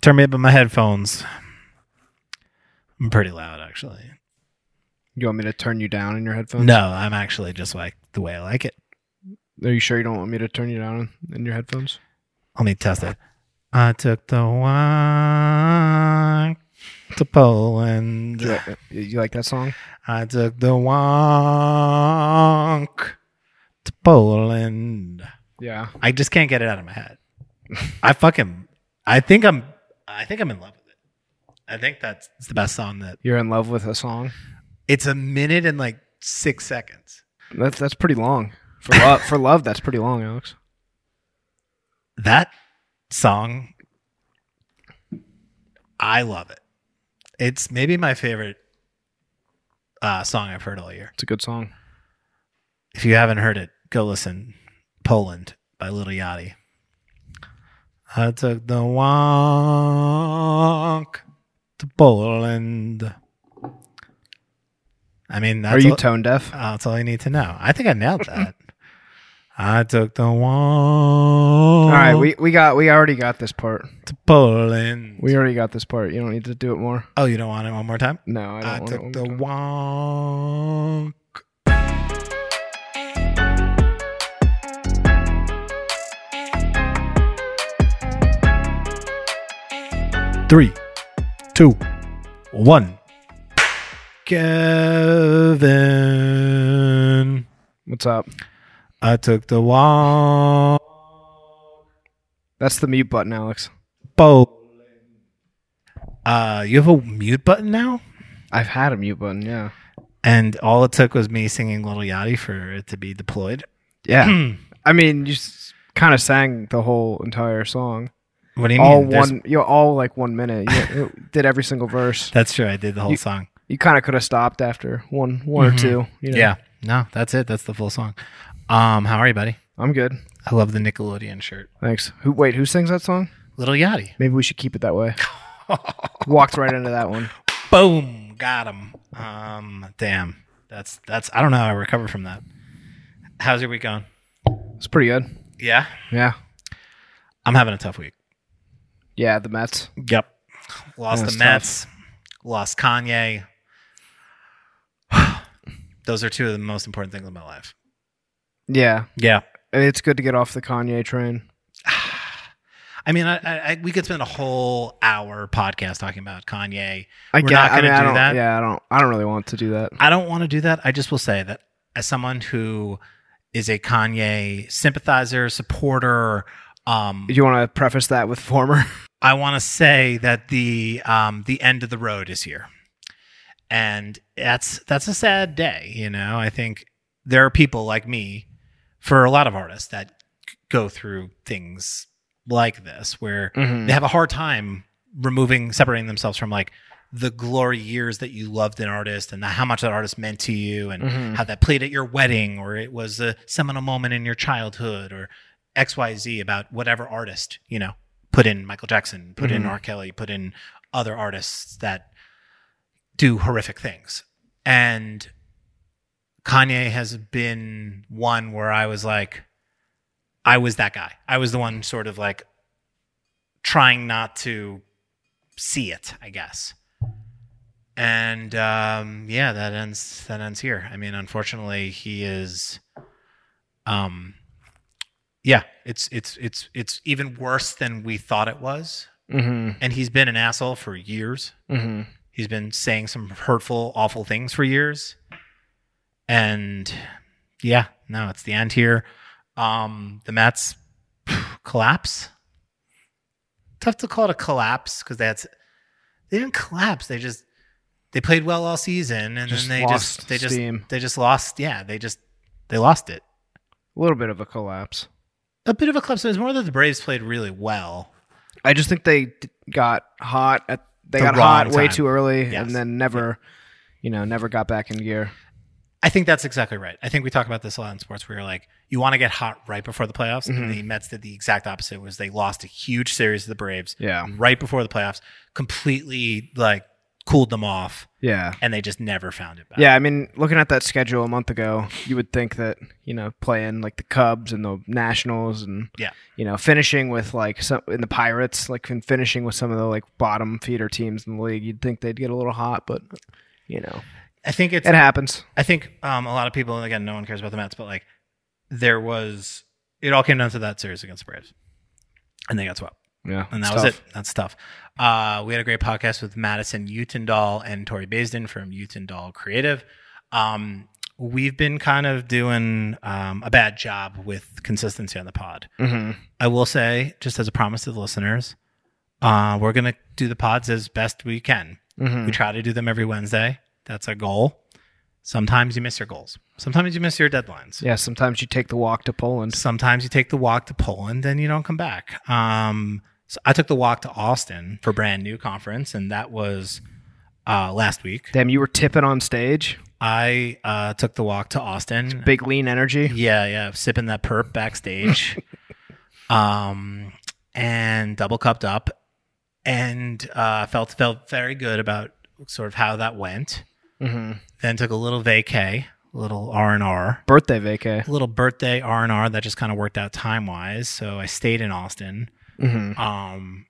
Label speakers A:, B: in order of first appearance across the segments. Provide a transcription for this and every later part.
A: Turn me up in my headphones. I'm pretty loud, actually.
B: You want me to turn you down in your headphones?
A: No, I'm actually just like the way I like it.
B: Are you sure you don't want me to turn you down in your headphones?
A: Let me test it. I took the walk to Poland.
B: You like, you like that song?
A: I took the walk to Poland.
B: Yeah.
A: I just can't get it out of my head. I fucking I think I'm I think I'm in love with it. I think that's it's the best song that
B: You're in love with a song?
A: it's a minute and like six seconds.
B: That's that's pretty long. For love for love, that's pretty long, Alex.
A: That song I love it. It's maybe my favorite uh, song I've heard all year.
B: It's a good song.
A: If you haven't heard it, go listen. Poland by Little Yachty. I took the walk to Poland. I mean, that's,
B: Are you
A: all,
B: tone deaf?
A: uh, that's all you need to know. I think I nailed that. I took the walk
B: All right, we, we got we already got this part.
A: to Poland.
B: We already got this part. You don't need to do it more.
A: oh, you don't want it one more time?
B: No, I don't
A: I
B: want
A: took
B: it.
A: the walk. Three, two, one. Kevin,
B: What's up?
A: I took the walk.
B: That's the mute button, Alex.
A: Oh. Uh, you have a mute button now?
B: I've had a mute button, yeah.
A: and all it took was me singing Little Yachty for it to be deployed.
B: Yeah.
A: what
B: I mean, you kind of sang the whole entire song.
A: do you
B: all
A: mean? There's-
B: one, you know, all like one minute. You you did every single verse.
A: That's true. I did the whole
B: You-
A: song.
B: You kind of could have stopped after one, one
A: Mhm.
B: or two. You know?
A: Yeah. No, that's it. That's the full song. Um, how are you, buddy?
B: I'm good.
A: I love the Nickelodeon shirt.
B: Thanks. Who? Wait, who sings that song?
A: Little Yachty.
B: Maybe we should keep it that way. Walked right into that one.
A: Boom. Got him. Um, damn. That's that's. I don't know how I recovered from that. How's your week going?
B: It's pretty good.
A: Yeah.
B: Yeah.
A: I'm having a tough week.
B: Yeah. The Mets.
A: Yep. Lost
B: That's
A: the
B: tough.
A: Mets. Lost Kanye. Those are two of the most important things in my life.
B: Yeah.
A: Yeah.
B: It's good to get off the Kanye train.
A: I mean, I, I, I we could spend a whole hour podcast talking about Kanye.
B: I
A: We're
B: get-
A: not
B: I mean,
A: gonna
B: I
A: do
B: don't-
A: that.
B: Yeah. I don't. I don't really want to do that.
A: I don't want to do that. I just will say that as someone who is a Kanye sympathizer, supporter, um,
B: You want to preface that with former?
A: I want to say that the um, the end of the road is here, and that's that's a sad day. You know, I think there are people like me, for a lot of artists that g- go through things like this, where they have a hard time removing separating themselves from like the glory years that you loved an artist and how much that artist meant to you and
B: Mhm.
A: how that played at your wedding or it was a seminal moment in your childhood or xyz about whatever artist you know put in michael jackson put in
B: Mhm.
A: r kelly put in other artists that do horrific things and kanye has been one where i was like i was that guy i was the one sort of like trying not to see it, I guess. And um, yeah, that ends that ends here. I mean, unfortunately, he is um yeah, it's it's it's it's even worse than we thought it was.
B: Mm-hmm.
A: And he's been an asshole for years.
B: Mm-hmm.
A: He's been saying some hurtful, awful things for years. And yeah, no, it's the end here. Um, the Mets collapse. Tough to call it a collapse because that's they didn't collapse. They just they played well all season and
B: Just
A: then they
B: lost
A: just they just
B: steam.
A: they just lost. Yeah, they just they lost it.
B: A little bit of a collapse.
A: A bit of a collapse. It was more that the Braves played really well.
B: I just think they d- got hot at they
A: The
B: got hot
A: wrong
B: way
A: time.
B: too early
A: Yes.
B: and then never you know never got back in gear.
A: I think that's exactly right. I think we talk about this a lot in sports where you're like, you want to get hot right before the playoffs. And
B: Mhm.
A: the Mets did the exact opposite was they lost a huge series to the Braves
B: Yeah.
A: right before the playoffs, completely like cooled them off,
B: Yeah.
A: and they just never found it back.
B: Yeah, I mean, looking at that schedule a month ago, you would think that you know playing like the Cubs and the Nationals and
A: Yeah.
B: you know finishing with like some in the Pirates, like and finishing with some of the like bottom feeder teams in the league, you'd think they'd get a little hot, but you know
A: I think it's
B: it happens.
A: I think um, a lot of people, and again, no one cares about the Mets, but like there was, it all came down to that series against the Braves, and they got swept,
B: Yeah,
A: and that was it. That's tough. Uh, we had a great podcast with Madison Utendahl and Tori Basden from Utendahl Creative. Um, we've been kind of doing um, a bad job with consistency on the pod.
B: hmm
A: I will say, just as a promise to the listeners, uh, we're gonna do the pods as best we can.
B: hmm
A: We try to do them every Wednesday. That's our goal. Sometimes you miss your goals. Sometimes you miss your deadlines.
B: Yeah, sometimes you take the walk to Poland.
A: Sometimes you take the walk to Poland and you don't come back. Um, so I took the walk to Austin for brand new conference, and that was uh, last week.
B: Damn, you were tipping on stage,
A: I uh, took the walk to Austin.
B: big lean energy.
A: Yeah, yeah, sipping that perp backstage, um, and double cupped up, and uh, felt felt very good about sort of how that went.
B: hmm
A: then took a little vacay, a little R and R,
B: Birthday vacay.
A: a little birthday R and R that just kind of worked out time wise. So I stayed in Austin
B: hmm
A: um,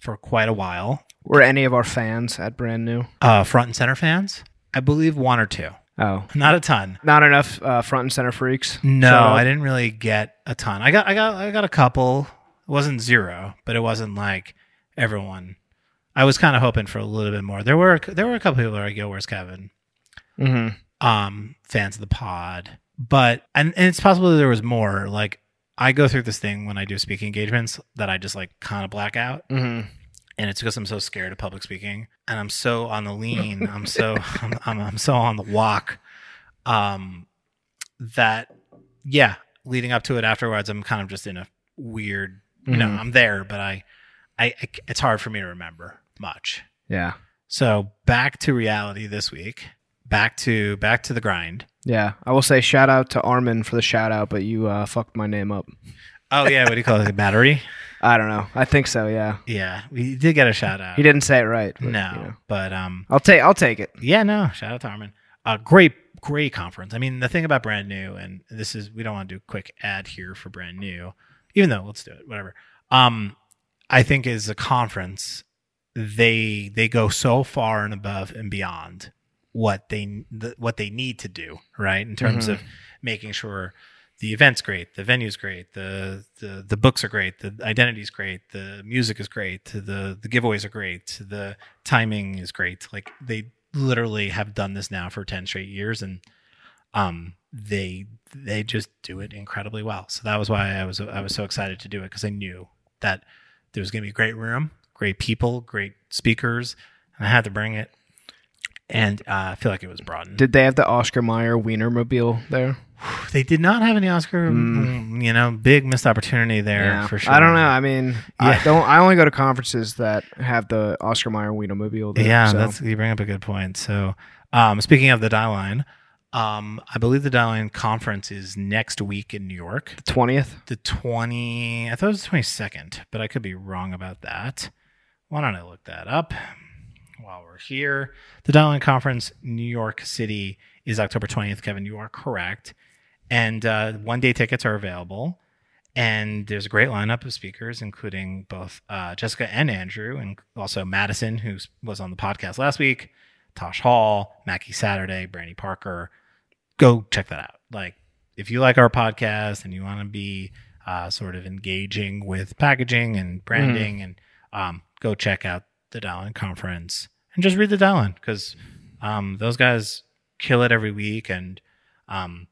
A: for quite a while.
B: Were any of our fans at brand new?
A: Uh, front and center fans, I believe one or two,
B: Oh,
A: not a ton.
B: not enough uh, front and center freaks.
A: No,
B: Shout out.
A: I didn't really get a ton. I got, I got, I got a couple. It wasn't zero, but it wasn't like everyone. I was kind of hoping for a little bit more. There were, there were a couple people that were like, "Yo, where's Kevin?"
B: hmm
A: um fans of the pod but and, and it's possible that there was more like i go through this thing when i do speaking engagements that i just like kind of black out
B: hmm
A: and it's because i'm so scared of public speaking and i'm so on the lean i'm so I'm, I'm, I'm so on the walk um that yeah leading up to it afterwards i'm kind of just in a weird you know
B: Mhm.
A: i'm there but I, I i it's hard for me to remember much
B: Yeah.
A: so back to reality this week back to back to the grind
B: Yeah. I will say shout out to Armin for the shout out, but you uh, fucked my name up.
A: Oh yeah, what do you call it? A battery?
B: I don't know. I think so, yeah.
A: Yeah, we did get a shout out.
B: He didn't say it right. but,
A: no,
B: you know.
A: but um,
B: I'll take I'll take it.
A: yeah, no. Shout out to Armin. Uh, great, great conference. I mean, the thing about brand new, and this is we don't want to do a quick ad here for brand new, even though let's do it, whatever. Um, I think is a conference. They they go so far and above and beyond what they the, what they need to do, right? In terms of making sure the event's great, the venue's great, the the the books are great, the identity's great, the music is great, the the giveaways are great, the timing is great. Like they literally have done this now for 10 straight years and um they they just do it incredibly well. So that was why I was I was so excited to do it because I knew that there was going to be a great room, great people, great speakers, and I had to bring it. And uh, I feel like it was broadened.
B: Did they have the Oscar Mayer Wienermobile there?
A: They did not have any Oscar,
B: Mm.
A: mm, you know, big missed opportunity there for sure.
B: I don't know. I mean I
A: Yeah.
B: don't I only go to conferences that have the Oscar Mayer Wienermobile there.
A: Yeah,
B: so.
A: that's you bring up a good point. So, um, speaking of the Die Line, um, I believe the Die Line conference is next week in New York.
B: the twentieth.
A: The twenty, I thought it was twenty second, but I could be wrong about that. Why don't I look that up while we're here? The Die Line conference, New York City, is October twentieth. Kevin, you are correct, and uh, one day tickets are available. And there's a great lineup of speakers, including both uh, Jessica and Andrew, and also Madison, who was on the podcast last week, Tosh Hall, Mackie Saturday, Brandy Parker. Go check that out. Like, if you like our podcast and you want to be uh, sort of engaging with packaging and branding, and um, go check out the Dallin Conference and just read the Dallin because um, those guys kill it every week. And um,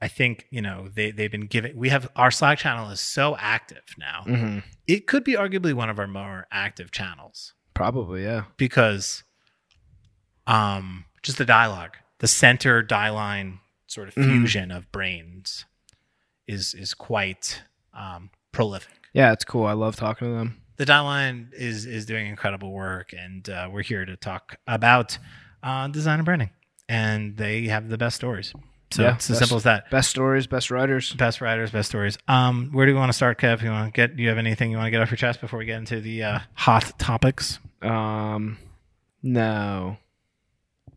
A: I think you know they they've been giving. We have our Slack channel is so active now.
B: Mm-hmm.
A: It could be arguably one of our more active channels
B: Probably, yeah.
A: because, um, just the dialogue, the center die line sort of
B: Mhm.
A: fusion of brains, is is quite um, prolific.
B: Yeah, it's cool. I love talking to them.
A: The die line is is doing incredible work, and uh, we're here to talk about uh, design and branding, and they have the best stories. So
B: Yeah,
A: it's as
B: that's-
A: simple as that.
B: Best stories, best writers.
A: Best writers, best stories. Um, where do you want to start, Kev? You want to get? Do you have anything you want to get off your chest before we get into the uh, hot topics?
B: Um No,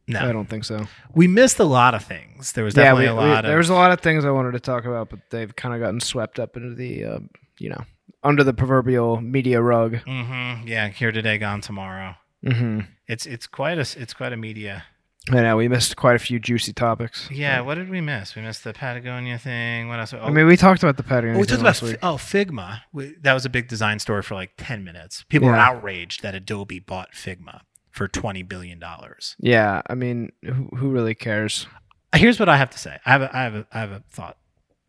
A: No,
B: I don't think so.
A: we missed a lot of things. There was
B: Yeah,
A: definitely
B: we-
A: a
B: we-
A: lot of
B: there was a lot of things I wanted to talk about, but they've kind of gotten swept up into the, uh, you know, under the proverbial media rug.
A: hmm yeah, here today, gone tomorrow.
B: Mm-hmm.
A: It's it's quite a s- it's quite a media.
B: I know we missed quite a few juicy topics.
A: Yeah, what did we miss? We missed the Patagonia thing. What else? Oh,
B: I mean, we talked about the Patagonia.
A: oh, we talked
B: thing
A: about
B: last week.
A: oh Figma. We, that was a big design story for like ten minutes. People were
B: Yeah.
A: outraged that Adobe bought Figma for twenty billion dollars.
B: Yeah, I mean, who, who really cares?
A: Here's what I have to say. I have a, I have a, I have a thought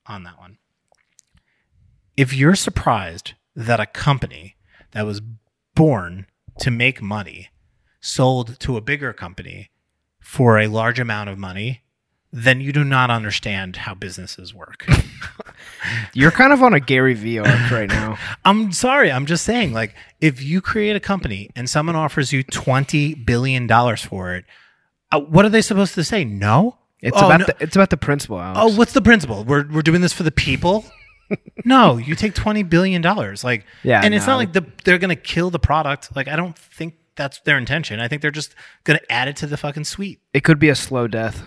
A: on that one. If you're surprised that a company that was born to make money sold to a bigger company for a large amount of money, then you do not understand how businesses work.
B: You're kind of on a Gary Vee arc right now.
A: I'm sorry. I'm just saying, like, if you create a company and someone offers you twenty billion dollars for it, uh, what are they supposed to say? No.
B: It's
A: Oh,
B: about
A: no-
B: the it's about the principle. Alex.
A: Oh, what's the principle? We're we're doing this for the people. no, you take twenty billion dollars. Like,
B: Yeah,
A: and it's
B: no.
A: not like the, they're gonna kill the product. Like, I don't think that's their intention. I think they're just gonna add it to the fucking suite.
B: it could be a slow death.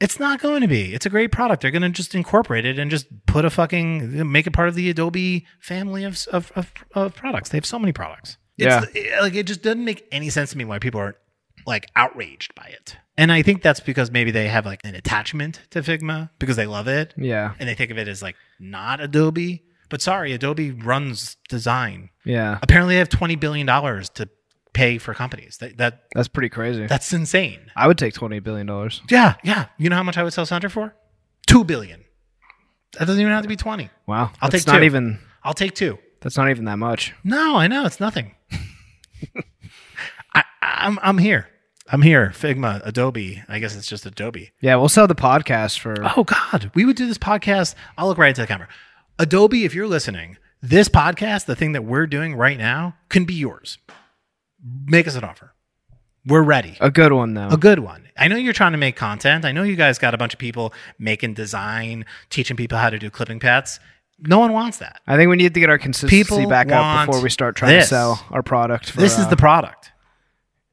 A: It's not going to be. It's a great product. They're going to just incorporate it and just put a fucking make it part of the Adobe family of of, of, of products. They have so many products. It's, eh, like it just doesn't make any sense to me why people are like outraged by it. And I think that's because maybe they have like an attachment to Figma because they love it
B: Yeah,
A: and they think of it as like not Adobe. But sorry, Adobe runs design.
B: yeah,
A: Apparently, they have twenty billion dollars to pay for companies. That that
B: that's pretty crazy.
A: that's insane.
B: I would take twenty billion dollars.
A: Yeah, yeah. You know how much I would sell Sonder for? Two billion. That doesn't even have to be twenty.
B: Wow,
A: I'll
B: that's
A: take
B: not
A: two.
B: even
A: I'll take two.
B: that's not even that much.
A: No, I know it's nothing. I, I'm I'm here. I'm here. Figma, Adobe. I guess it's just Adobe.
B: Yeah, we'll sell the podcast for.
A: Oh God, we would do this podcast. I'll look right into the camera. Adobe, if you're listening, this podcast, the thing that we're doing right now, can be yours. Make us an offer. We're ready.
B: A good one though.
A: a good one. I know you're trying to make content. I know you guys got a bunch of people making design, teaching people how to do clipping paths. No one wants that.
B: I think we need to get our consistency
A: People
B: back up
A: want
B: before we start trying to
A: this.
B: sell our product. For,
A: this is
B: uh,
A: the product.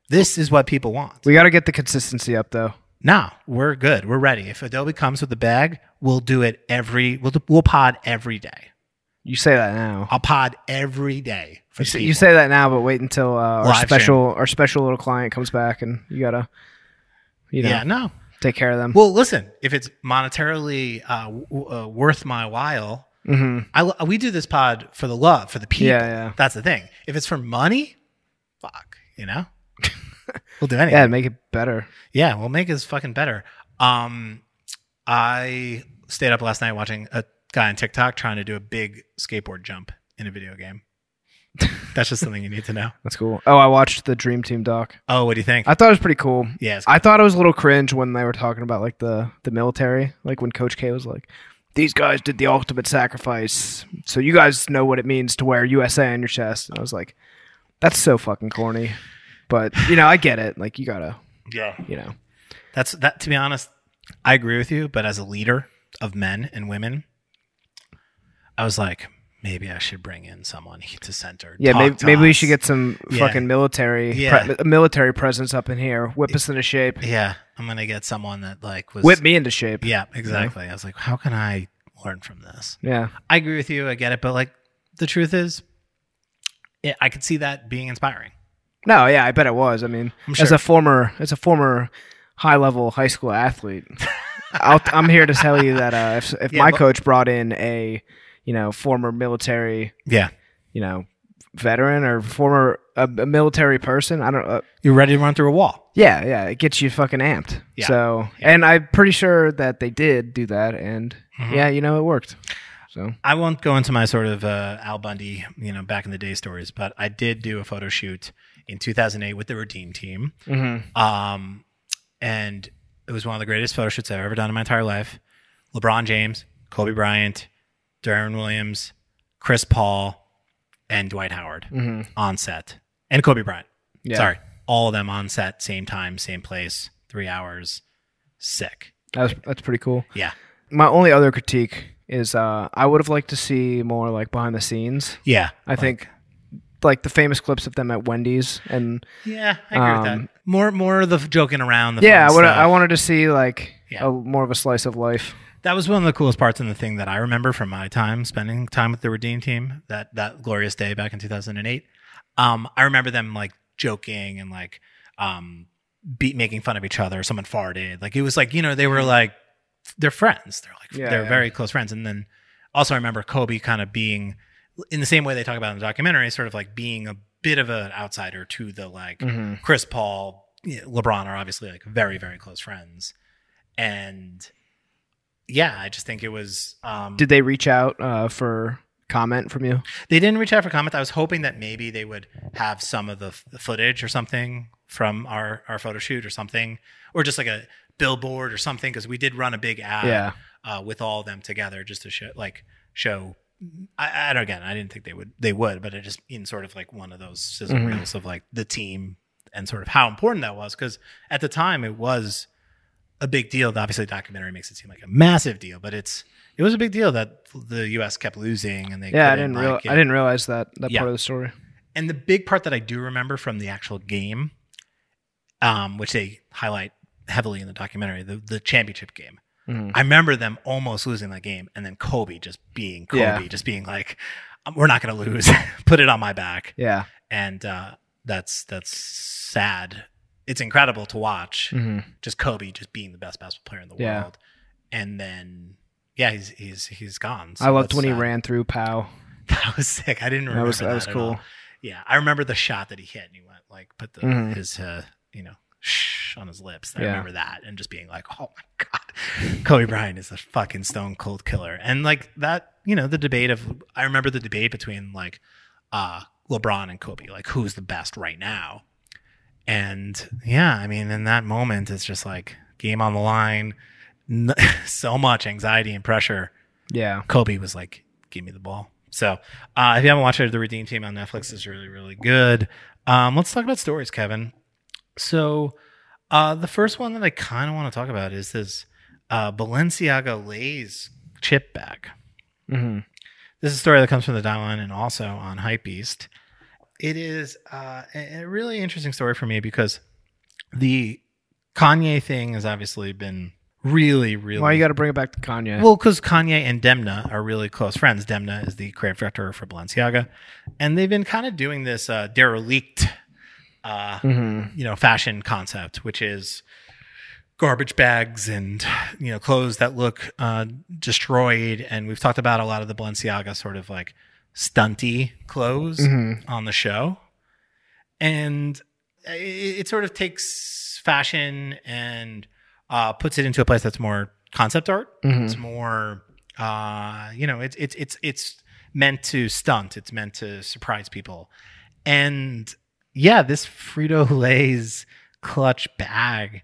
A: This is what people want.
B: we got to get the consistency up though.
A: Now we're good. We're ready. If Adobe comes with the bag, we'll do it every. We'll do, we'll pod every day.
B: You say that now.
A: I'll pod every day for
B: You say,
A: people.
B: you say that now, but wait until uh, our
A: Live stream.
B: special our special little client comes back, and you gotta you know
A: yeah, no.
B: take care of them.
A: Well, listen. If it's monetarily uh, w- uh, worth my while,
B: hmm
A: I lo- we do this pod for the love, for the people.
B: Yeah, yeah.
A: That's the thing. If it's for money, fuck, you know? we'll do anything.
B: Yeah,
A: Yeah.
B: make it better.
A: we'll make this fucking better. Um I stayed up last night watching a guy on TikTok trying to do a big skateboard jump in a video game. That's just something you need to know.
B: That's cool. Oh, I watched the Dream Team doc.
A: Oh, what do you think?
B: I thought it was pretty cool.
A: yeah, it's-
B: I thought it was a little cringe when they were talking about like the the military, like when Coach K was like, "These guys did the ultimate sacrifice, so you guys know what it means to wear USA on your chest." And I was like, "That's so fucking corny," but you know, I get it. Like you gotta,
A: yeah.
B: you know,
A: That's that to be honest, I agree with you, but as a leader of men and women, I was like, maybe I should bring in someone to center.
B: yeah.
A: talk
B: Maybe,
A: to
B: maybe we
A: us.
B: should get some
A: Yeah.
B: fucking military
A: Yeah.
B: pre- a military presence up in here, whip us into shape,
A: Yeah, I'm gonna get someone that like was
B: whip me into shape.
A: Yeah, exactly. I was like, how can I learn from this?
B: yeah.
A: I agree with you. I get it, but like the truth is, yeah, I could see that being inspiring.
B: No, yeah, I bet it was. I mean,
A: I'm
B: as
A: sure.
B: a former as a former high level high school athlete, I'll, I'm here to tell you that uh, if if
A: Yeah,
B: my
A: but-
B: coach brought in a you know former military
A: Yeah,
B: you know veteran or former a, a military person, I don't. Uh,
A: you're ready to run through a wall.
B: yeah, yeah, it gets you fucking amped.
A: Yeah.
B: So, and I'm pretty sure that they did do that, and
A: Mm-hmm.
B: yeah, you know, it worked. So,
A: I won't go into my sort of uh, Al Bundy, you know, back in the day stories, but I did do a photo shoot in 2008 with the Redeem team.
B: mhm.
A: Um, and it was one of the greatest photo shoots I've ever done in my entire life. LeBron James, Kobe Bryant, Darren Williams, Chris Paul, and Dwight Howard on set, and Kobe Bryant.
B: Mm-hmm. Yeah.
A: Sorry, all of them on set, same time, same place, three hours. Sick.
B: that was, that's pretty cool.
A: Yeah,
B: My only other critique is uh, I would have liked to see more like behind the scenes.
A: yeah.
B: I think like the famous clips of them at Wendy's and
A: Yeah, I agree with
B: Um,
A: that. More, more of the f- joking around. The
B: yeah, I,
A: fun
B: would,
A: stuff.
B: I wanted to see like
A: Yeah.
B: a, more of a slice of life.
A: that was one of the coolest parts and the thing that I remember from my time spending time with the Redeem team that that glorious day back in 2008. Um, I remember them like joking and like um, beat making fun of each other. Someone farted. Like it was like you know they were like they're friends. They're like
B: Mm-hmm. Yeah,
A: they're
B: yeah.
A: very close friends. And then also I remember Kobe kind of being in the same way they talk about in the documentary, sort of like being a bit of an outsider to the like
B: Mm-hmm.
A: Chris Paul, you know, LeBron are obviously like very, very close friends. And yeah, I just think it was. Um,
B: Did they reach out uh, for comment from you?
A: they didn't reach out for comment. I was hoping that maybe they would have some of the, f- the footage or something from our, our photo shoot or something, or just like a billboard or something, because we did run a big ad
B: yeah,
A: uh, with all of them together just to show, like, show. I, I don't, again, I didn't think they would, they would, but it just in sort of like one of those sizzle
B: Mhm.
A: reels of like the team and sort of how important that was. Cause at the time it was a big deal. Obviously, the documentary makes it seem like a massive deal, but it's, it was a big deal that the U.S. kept losing, and they
B: yeah. I
A: couldn't,
B: didn't real,
A: like,
B: I didn't realize that that
A: Yeah.
B: part of the story.
A: and the big part that I do remember from the actual game, um, which they highlight heavily in the documentary, the, the championship game.
B: Mhm.
A: I remember them almost losing that game, and then Kobe just being Kobe,
B: Yeah.
A: just being like, "Um, "We're not going to lose. Put it on my back."
B: Yeah,
A: And uh, that's that's sad. It's incredible to watch.
B: Mhm.
A: Just Kobe just being the best basketball player in the
B: Yeah.
A: world, and then yeah, he's he's he's gone. So
B: I loved
A: that's
B: when he
A: sad.
B: ran through Pow.
A: That was sick. I didn't remember
B: That was that was
A: at all.
B: cool.
A: Yeah, I remember the shot that he hit, and he went like put the
B: Mhm.
A: his uh, you know shh on his lips. I
B: Yeah.
A: remember that, and just being like, oh my god, Kobe Bryant is a fucking stone cold killer. And like that, you know, the debate of I remember the debate between like uh, LeBron and Kobe, like who's the best right now. And yeah, I mean, in that moment, it's just like game on the line, n- so much anxiety and pressure.
B: Yeah,
A: Kobe was like, "Give me the ball." So, uh, if you haven't watched it, the Redeem Team on Netflix is really, really good. Um, let's talk about stories, Kevin. So, uh, the first one that I kind of want to talk about is this uh, Balenciaga Lays chip bag.
B: hmm
A: This is a story that comes from the Dylan and also on Hypebeast. It is uh, a a really interesting story for me because the Kanye thing has obviously been really, really
B: Well, you got to bring it back to Kanye.
A: well, because Kanye and Demna are really close friends. Demna is the creative director for Balenciaga, and they've been kind of doing this uh, derelict, uh,
B: hmm
A: you know, fashion concept, which is garbage bags and you know clothes that look uh, destroyed. And we've talked about a lot of the Balenciaga sort of like stunty clothes
B: hmm
A: on the show. And it, it sort of takes fashion and uh, puts it into a place that's more concept art.
B: Mhm.
A: It's more, uh, you know, it's it's it's it's meant to stunt. It's meant to surprise people. And yeah, this Frito Lay's clutch bag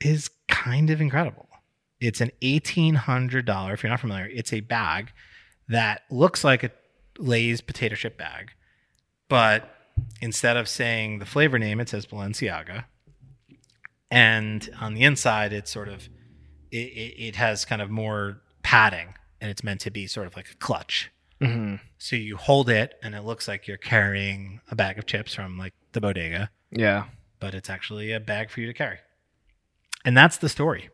A: is kind of incredible. It's an eighteen hundred dollar. If you're not familiar, it's a bag that looks like a Lay's potato chip bag, but instead of saying the flavor name, it says Balenciaga. And on the inside, it's sort of it, it, it has kind of more padding, and it's meant to be sort of like a clutch.
B: hmm
A: So you hold it, and it looks like you're carrying a bag of chips from like the bodega,
B: Yeah.
A: but it's actually a bag for you to carry. And that's the story.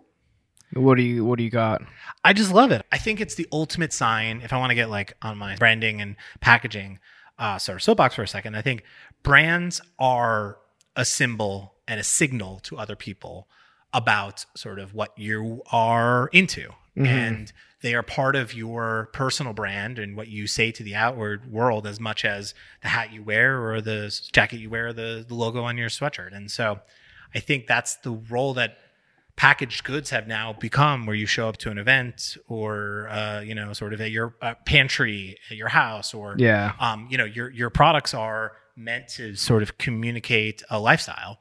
B: What do you What do you got?
A: I just love it. I think it's the ultimate sign. If I want to get like on my branding and packaging, uh, sort of soapbox for a second, I think brands are a symbol and a signal to other people about sort of what you are into.
B: Mhm.
A: And they are part of your personal brand and what you say to the outward world as much as the hat you wear or the s- jacket you wear or the, the logo on your sweatshirt. And so I think that's the role that packaged goods have now become where you show up to an event or uh, you know sort of at your uh, pantry at your house or
B: Yeah.
A: um, you know your your products are meant to sort of communicate a lifestyle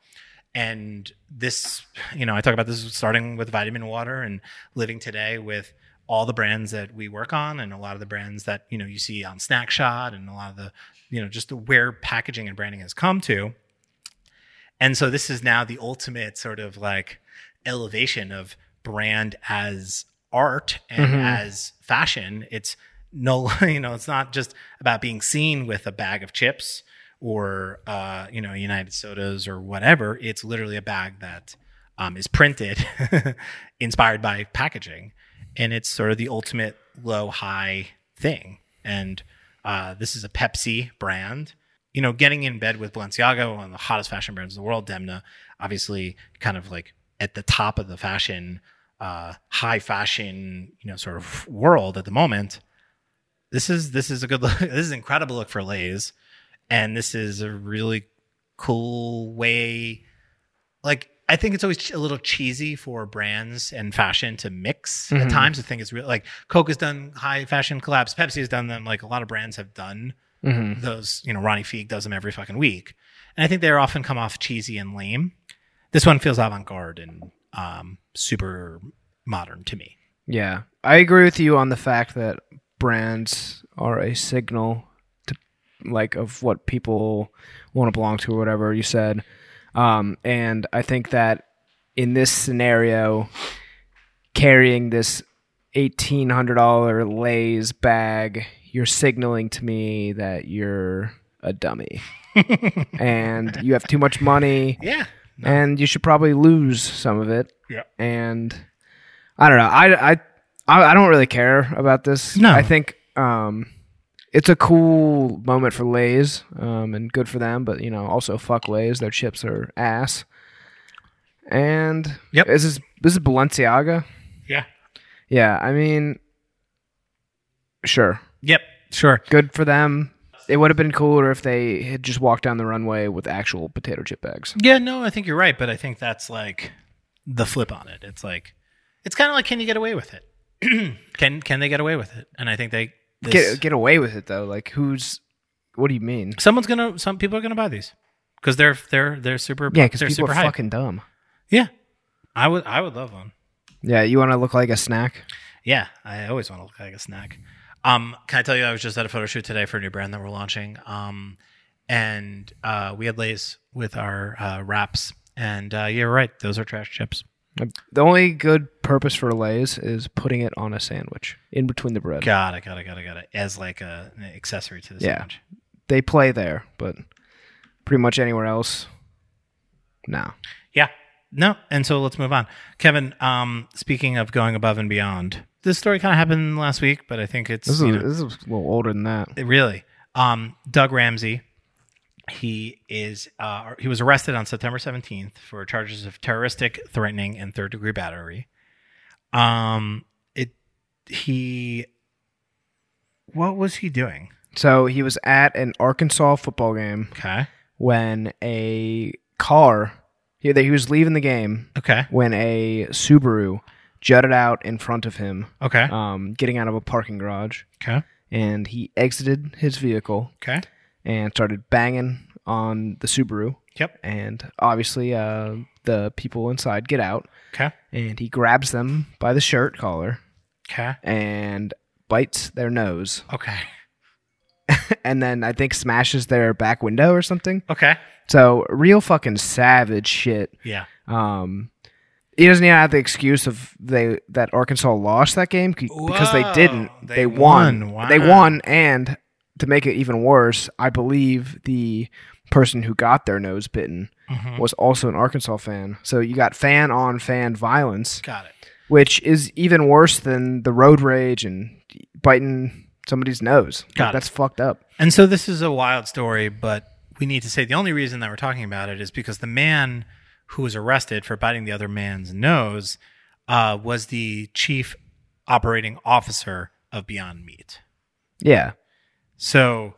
A: and this you know i talk about this starting with vitamin water and living today with all the brands that we work on and a lot of the brands that you know you see on snackshot and a lot of the you know just where packaging and branding has come to and so this is now the ultimate sort of like elevation of brand as art and
B: Mhm.
A: as fashion. It's no, you know, it's not just about being seen with a bag of chips or uh, you know United Sodas or whatever. It's literally a bag that um, is printed, inspired by packaging, and it's sort of the ultimate low high thing. And uh, this is a Pepsi brand. You know, getting in bed with Balenciaga, one of the hottest fashion brands in the world, Demna, obviously kind of like at the top of the fashion, uh, high fashion, you know, sort of world at the moment. This is this is a good look. This is an incredible look for Lay's and this is a really cool way like i think it's always ch- a little cheesy for brands and fashion to mix
B: Mhm.
A: at times i think it's real like coke has done high fashion collabs pepsi has done them like a lot of brands have done
B: Mm-hmm.
A: those you know ronnie Feig does them every fucking week and i think they often come off cheesy and lame this one feels avant-garde and um, super modern to me
B: Yeah, I agree with you on the fact that brands are a signal to like of what people want to belong to or whatever you said. Um, and I think that in this scenario, carrying this eighteen hundred dollar Lay's bag, you're signaling to me that you're a dummy and you have too much money
A: yeah
B: and you should probably lose some of it.
A: Yeah.
B: And I don't know. I I I I don't really care about this.
A: No.
B: I think um, it's a cool moment for Lay's, um, and good for them. But you know, also fuck Lay's. Their chips are ass. And
A: Yep.
B: this is this is Balenciaga.
A: yeah
B: Yeah, I mean, sure,
A: yep sure
B: good for them. It would have been cooler if they had just walked down the runway with actual potato chip bags.
A: Yeah, no, I think you're right, but I think that's like the flip on it. It's like it's kind of like can you get away with it? can can they get away with it? And I think they this,
B: Get get away with it though. Like who's? What do you mean?
A: someone's gonna some people are gonna buy these because they're they're they're super
B: Yeah, because
A: they're
B: people
A: super
B: are
A: hype.
B: fucking dumb.
A: yeah, I would I would love one.
B: Yeah, you want to look like a snack?
A: Yeah, I always want to look like a snack. Um, can I tell you, I was just at a photo shoot today for a new brand that we're launching. Um, and uh, we had lays with our uh, wraps, and uh, you're right; those are trash chips.
B: The only good purpose for Lay's is putting it on a sandwich in between the bread.
A: Got it, got it, got it, got it. As like a, an accessory to the
B: Yeah.
A: sandwich.
B: They play there, but pretty much anywhere else, no.
A: Yeah. No. And so let's move on. Kevin, um, speaking of going above and beyond, this story kind of happened last week, but I think it's
B: This is,
A: you know,
B: this is a little older than that.
A: it really. Um, Doug Ramsey, he is uh, he was arrested on September 17th for charges of terroristic threatening and third degree battery. Um, it he what was he doing?
B: So he was at an Arkansas football game
A: Okay.
B: when a car, he, he was leaving the game
A: Okay.
B: when a Subaru jutted out in front of him,
A: Okay.
B: um, getting out of a parking garage,
A: Okay.
B: and he exited his vehicle
A: Okay.
B: and started banging on the Subaru.
A: Yep.
B: And obviously, uh, the people inside get out,
A: Okay.
B: and he grabs them by the shirt collar
A: Okay.
B: and bites their nose,
A: Okay.
B: and then I think smashes their back window or something.
A: Okay.
B: So real fucking savage shit.
A: Yeah.
B: Um, he doesn't even have the excuse of they that Arkansas lost that game c- because they
A: Whoa,
B: didn't.
A: they
B: They,
A: won.
B: won.
A: Wow.
B: They won, and to make it even worse, I believe the person who got their nose bitten
A: Mhm.
B: was also an Arkansas fan. So you got fan on fan violence,
A: Got it.
B: which is even worse than the road rage and biting somebody's nose.
A: Got it.
B: That's fucked up.
A: And so this is a wild story, but we need to say the only reason that we're talking about it is because the man who was arrested for biting the other man's nose uh, was the chief operating officer of Beyond Meat.
B: Yeah.
A: So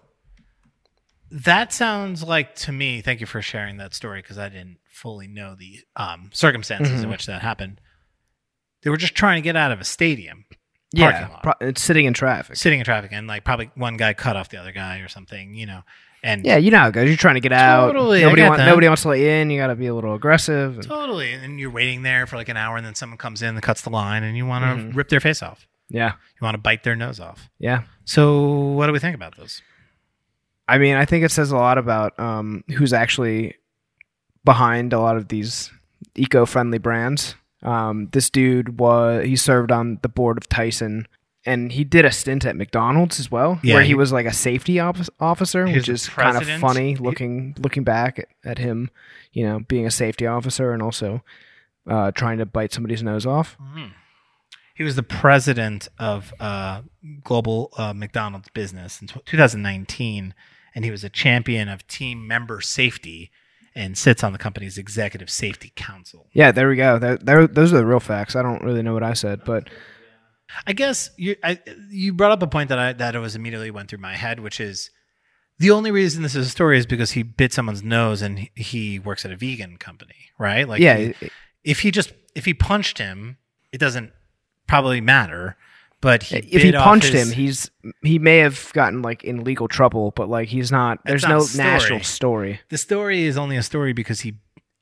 A: that sounds like to me. Thank you for sharing that story because I didn't fully know the um, circumstances in
B: Mhm.
A: which that happened. They were just trying to get out of a stadium,
B: Yeah.
A: Parking lot.
B: Pro- it's sitting in traffic.
A: sitting in traffic, and like probably one guy cut off the other guy or something, you know. And
B: Yeah, you know how it goes. You're trying to get
A: Totally, I
B: out. Nobody,
A: get
B: want,
A: that.
B: nobody wants to let you in. You got to be a little aggressive. and-
A: Totally. And you're waiting there for like an hour and then someone comes in and cuts the line and you want to
B: Mhm.
A: rip their face off.
B: yeah,
A: You want to bite their nose off.
B: yeah.
A: So what do we think about this?
B: I mean, I think it says a lot about um, who's actually behind a lot of these eco-friendly brands. Um, this dude was he served on the board of Tyson and he did a stint at McDonald's as well,
A: Yeah,
B: where he,
A: he-
B: was like a safety office, officer,
A: He
B: which
A: was
B: is
A: the
B: kind of
A: president.
B: funny
A: He-
B: looking looking back at, at him, you know, being a safety officer and also uh, trying to bite somebody's nose off.
A: Mhm. He was the president of uh, global uh, McDonald's business in tw 2019, and he was a champion of team member safety and sits on the company's executive safety council.
B: Yeah, there we go. There, there, those are the real facts. I don't really know what I said, but
A: I guess you I, you brought up a point that I that it was immediately went through my head, which is the only reason this is a story is because he bit someone's nose and he, he works at a vegan company, right? Like,
B: yeah,
A: he-
B: it-
A: if he just if he punched him, it doesn't probably matter. But he
B: if he
A: bit off
B: punched
A: his-
B: him, he's he may have gotten like in legal trouble, but like he's not. There's
A: That's not
B: no
A: a story.
B: national story.
A: the story is only a story because he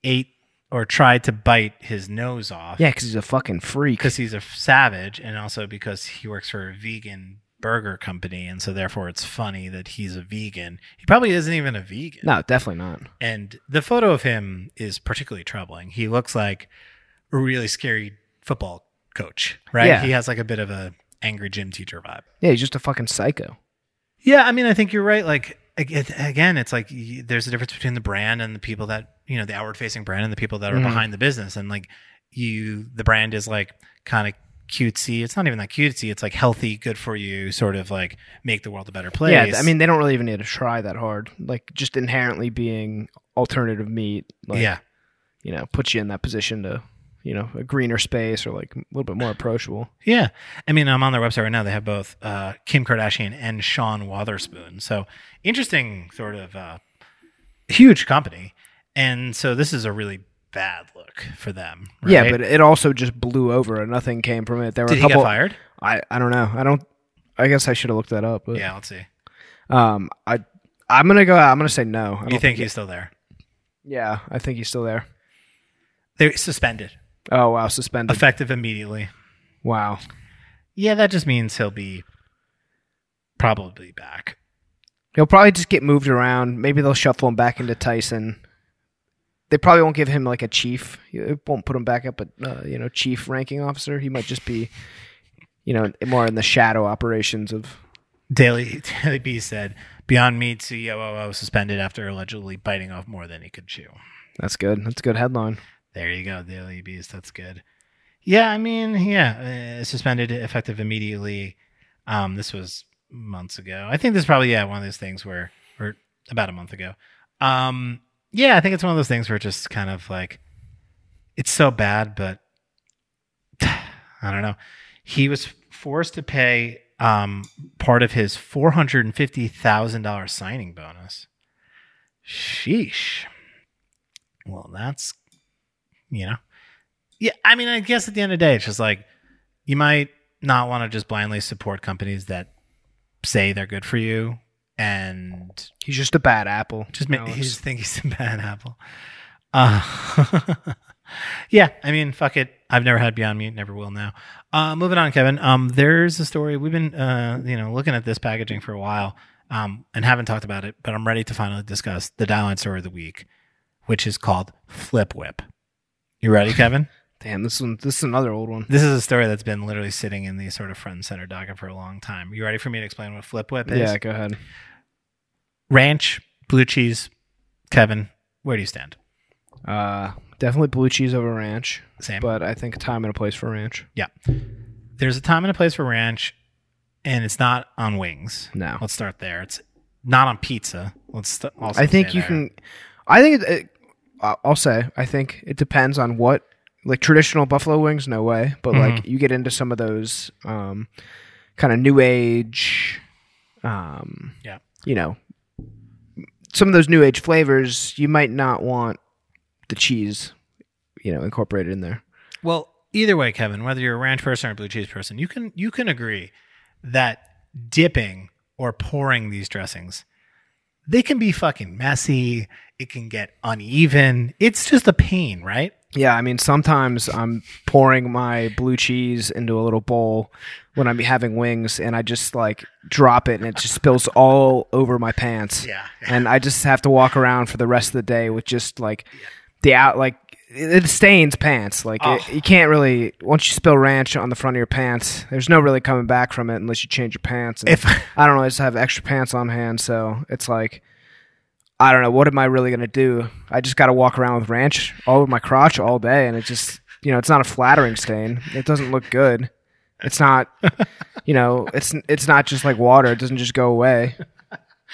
A: ate or tried to bite his nose off.
B: Yeah, because he's a fucking freak.
A: Because he's a f- savage and also because he works for a vegan burger company. And so, therefore, it's funny that he's a vegan. He probably isn't even a vegan.
B: No, definitely not.
A: And the photo of him is particularly troubling. He looks like a really scary football coach, right?
B: Yeah.
A: He has like a bit of a angry gym teacher vibe.
B: Yeah, he's just a fucking psycho.
A: Yeah, I mean, I think you're right. Like ag- it- again, it's like y- there's a difference between the brand and the people that you know, the outward facing brand and the people that are
B: Mhm.
A: behind the business. And like you, the brand is like kind of cutesy. It's not even that cutesy. It's like healthy, good for you, sort of like make the world a better place.
B: Yeah, I mean they don't really even need to try that hard. Like just inherently being alternative meat, like
A: yeah,
B: you know, puts you in that position to you know a greener space or like a little bit more approachable.
A: yeah. I mean, I'm on their website right now. They have both uh, Kim Kardashian and Sean Watherspoon. So interesting, sort of uh, huge company. And so this is a really bad look for them. Right?
B: Yeah, but it also just blew over and nothing came from it. There were
A: did
B: a
A: he get
B: couple.
A: fired?
B: I I don't know. I don't. I guess I should have looked that up. But,
A: Yeah, let's see.
B: Um. I I'm gonna go. out. I'm gonna say no. I don't
A: You think he's still there?
B: Yeah, I think he's still there.
A: They're suspended,
B: Oh wow, suspended.
A: effective immediately.
B: Wow.
A: Yeah, that just means he'll be probably back.
B: He'll probably just get moved around. Maybe they'll shuffle him back into Tyson. They probably won't give him like a chief. It won't put him back up at uh, you know chief ranking officer. He might just be, you know, more in the shadow operations of.
A: Daily Daily B said, "Beyond Meat CEO suspended after allegedly biting off more than he could chew."
B: That's good. That's a good headline.
A: There you go, Daily Beast. That's good. Yeah, I mean, yeah, uh, suspended effective immediately. Um, this was months ago. I think this is probably yeah one of those things where, or about a month ago. Um, yeah, I think it's one of those things where it just kind of like, it's so bad, but I don't know. He was forced to pay um, part of his four hundred and fifty thousand dollars signing bonus. Sheesh. Well, that's you know yeah i mean i guess at the end of the day it's just like you might not want to just blindly support companies that say they're good for you and
B: He's just a bad apple.
A: just ma-
B: Alex.
A: you just think he's a bad apple uh, yeah i mean fuck it i've never had beyond meat never will now uh, moving on kevin um, there's a story we've been uh, you know looking at this packaging for a while um, and haven't talked about it but i'm ready to finally discuss the dial story of the week which is called flip whip you ready kevin
B: Damn, this one. This is another old one.
A: This is a story that's been literally sitting in the sort of front and center docket for a long time. You ready for me to explain what Flip Whip is?
B: Yeah, go ahead.
A: Ranch, blue cheese, Kevin, where do you stand?
B: Uh, definitely blue cheese over ranch,
A: Sam?
B: but I think a time and a place for ranch.
A: There's a time and a place for ranch, and it's not on wings.
B: No,
A: Let's start there. It's not on pizza. Let's st- also
B: I think
A: stay
B: you
A: there.
B: can. I think it, it, I- I'll say. I think it depends on what, like traditional buffalo wings, no way. But
A: Mm-hmm.
B: like you get into some of those, um, kind of new age, um,
A: Yeah.
B: you know, some of those new age flavors. You might not want the cheese, you know, incorporated in there.
A: Well, either way, Kevin, whether you're a ranch person or a blue cheese person, you can you can agree that dipping or pouring these dressings, they can be fucking messy. It can get uneven. It's just a pain, right?
B: Yeah, I mean, sometimes I'm pouring my blue cheese into a little bowl when I'm having wings, and I just like drop it, and it just spills all over my pants.
A: Yeah.
B: and I just have to walk around for the rest of the day with just like the out like it stains pants. Like
A: Oh.
B: it, you can't really once you spill ranch on the front of your pants, there's no really coming back from it unless you change your pants. And
A: If
B: I don't always have extra pants on hand, so it's like I don't know what am I really gonna do. I just got to walk around with ranch all over my crotch all day, and it just you know it's not a flattering stain. It doesn't look good. It's not you know it's it's not just like water. It doesn't just go away.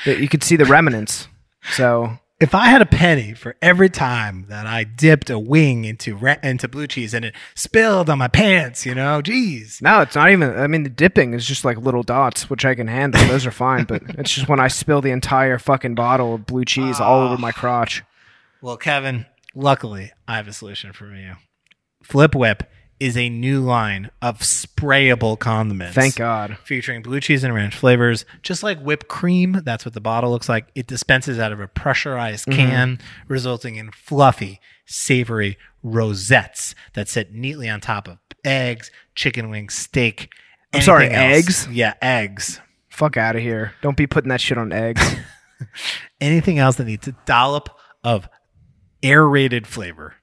B: But you can see the remnants. So
A: if I had a penny for every time that I dipped a wing into ra- into blue cheese and it spilled on my pants, you know, geez.
B: No, it's not even. I mean, the dipping is just like little dots, which I can handle. Those are fine, but it's just when I spill the entire fucking bottle of blue cheese all over my crotch.
A: Well, Kevin, luckily I have a solution for you. Flip Whip is a new line of sprayable condiments.
B: Thank God.
A: featuring blue cheese and ranch flavors, just like whipped cream. That's what the bottle looks like. It dispenses out of a pressurized
B: Mm-hmm.
A: can, resulting in fluffy, savory rosettes that sit neatly on top of eggs, chicken wings, steak.
B: I'm sorry,
A: anything else.
B: eggs?
A: Yeah, eggs.
B: Fuck out of here. Don't be putting that shit on eggs.
A: Anything else that needs a dollop of aerated flavor.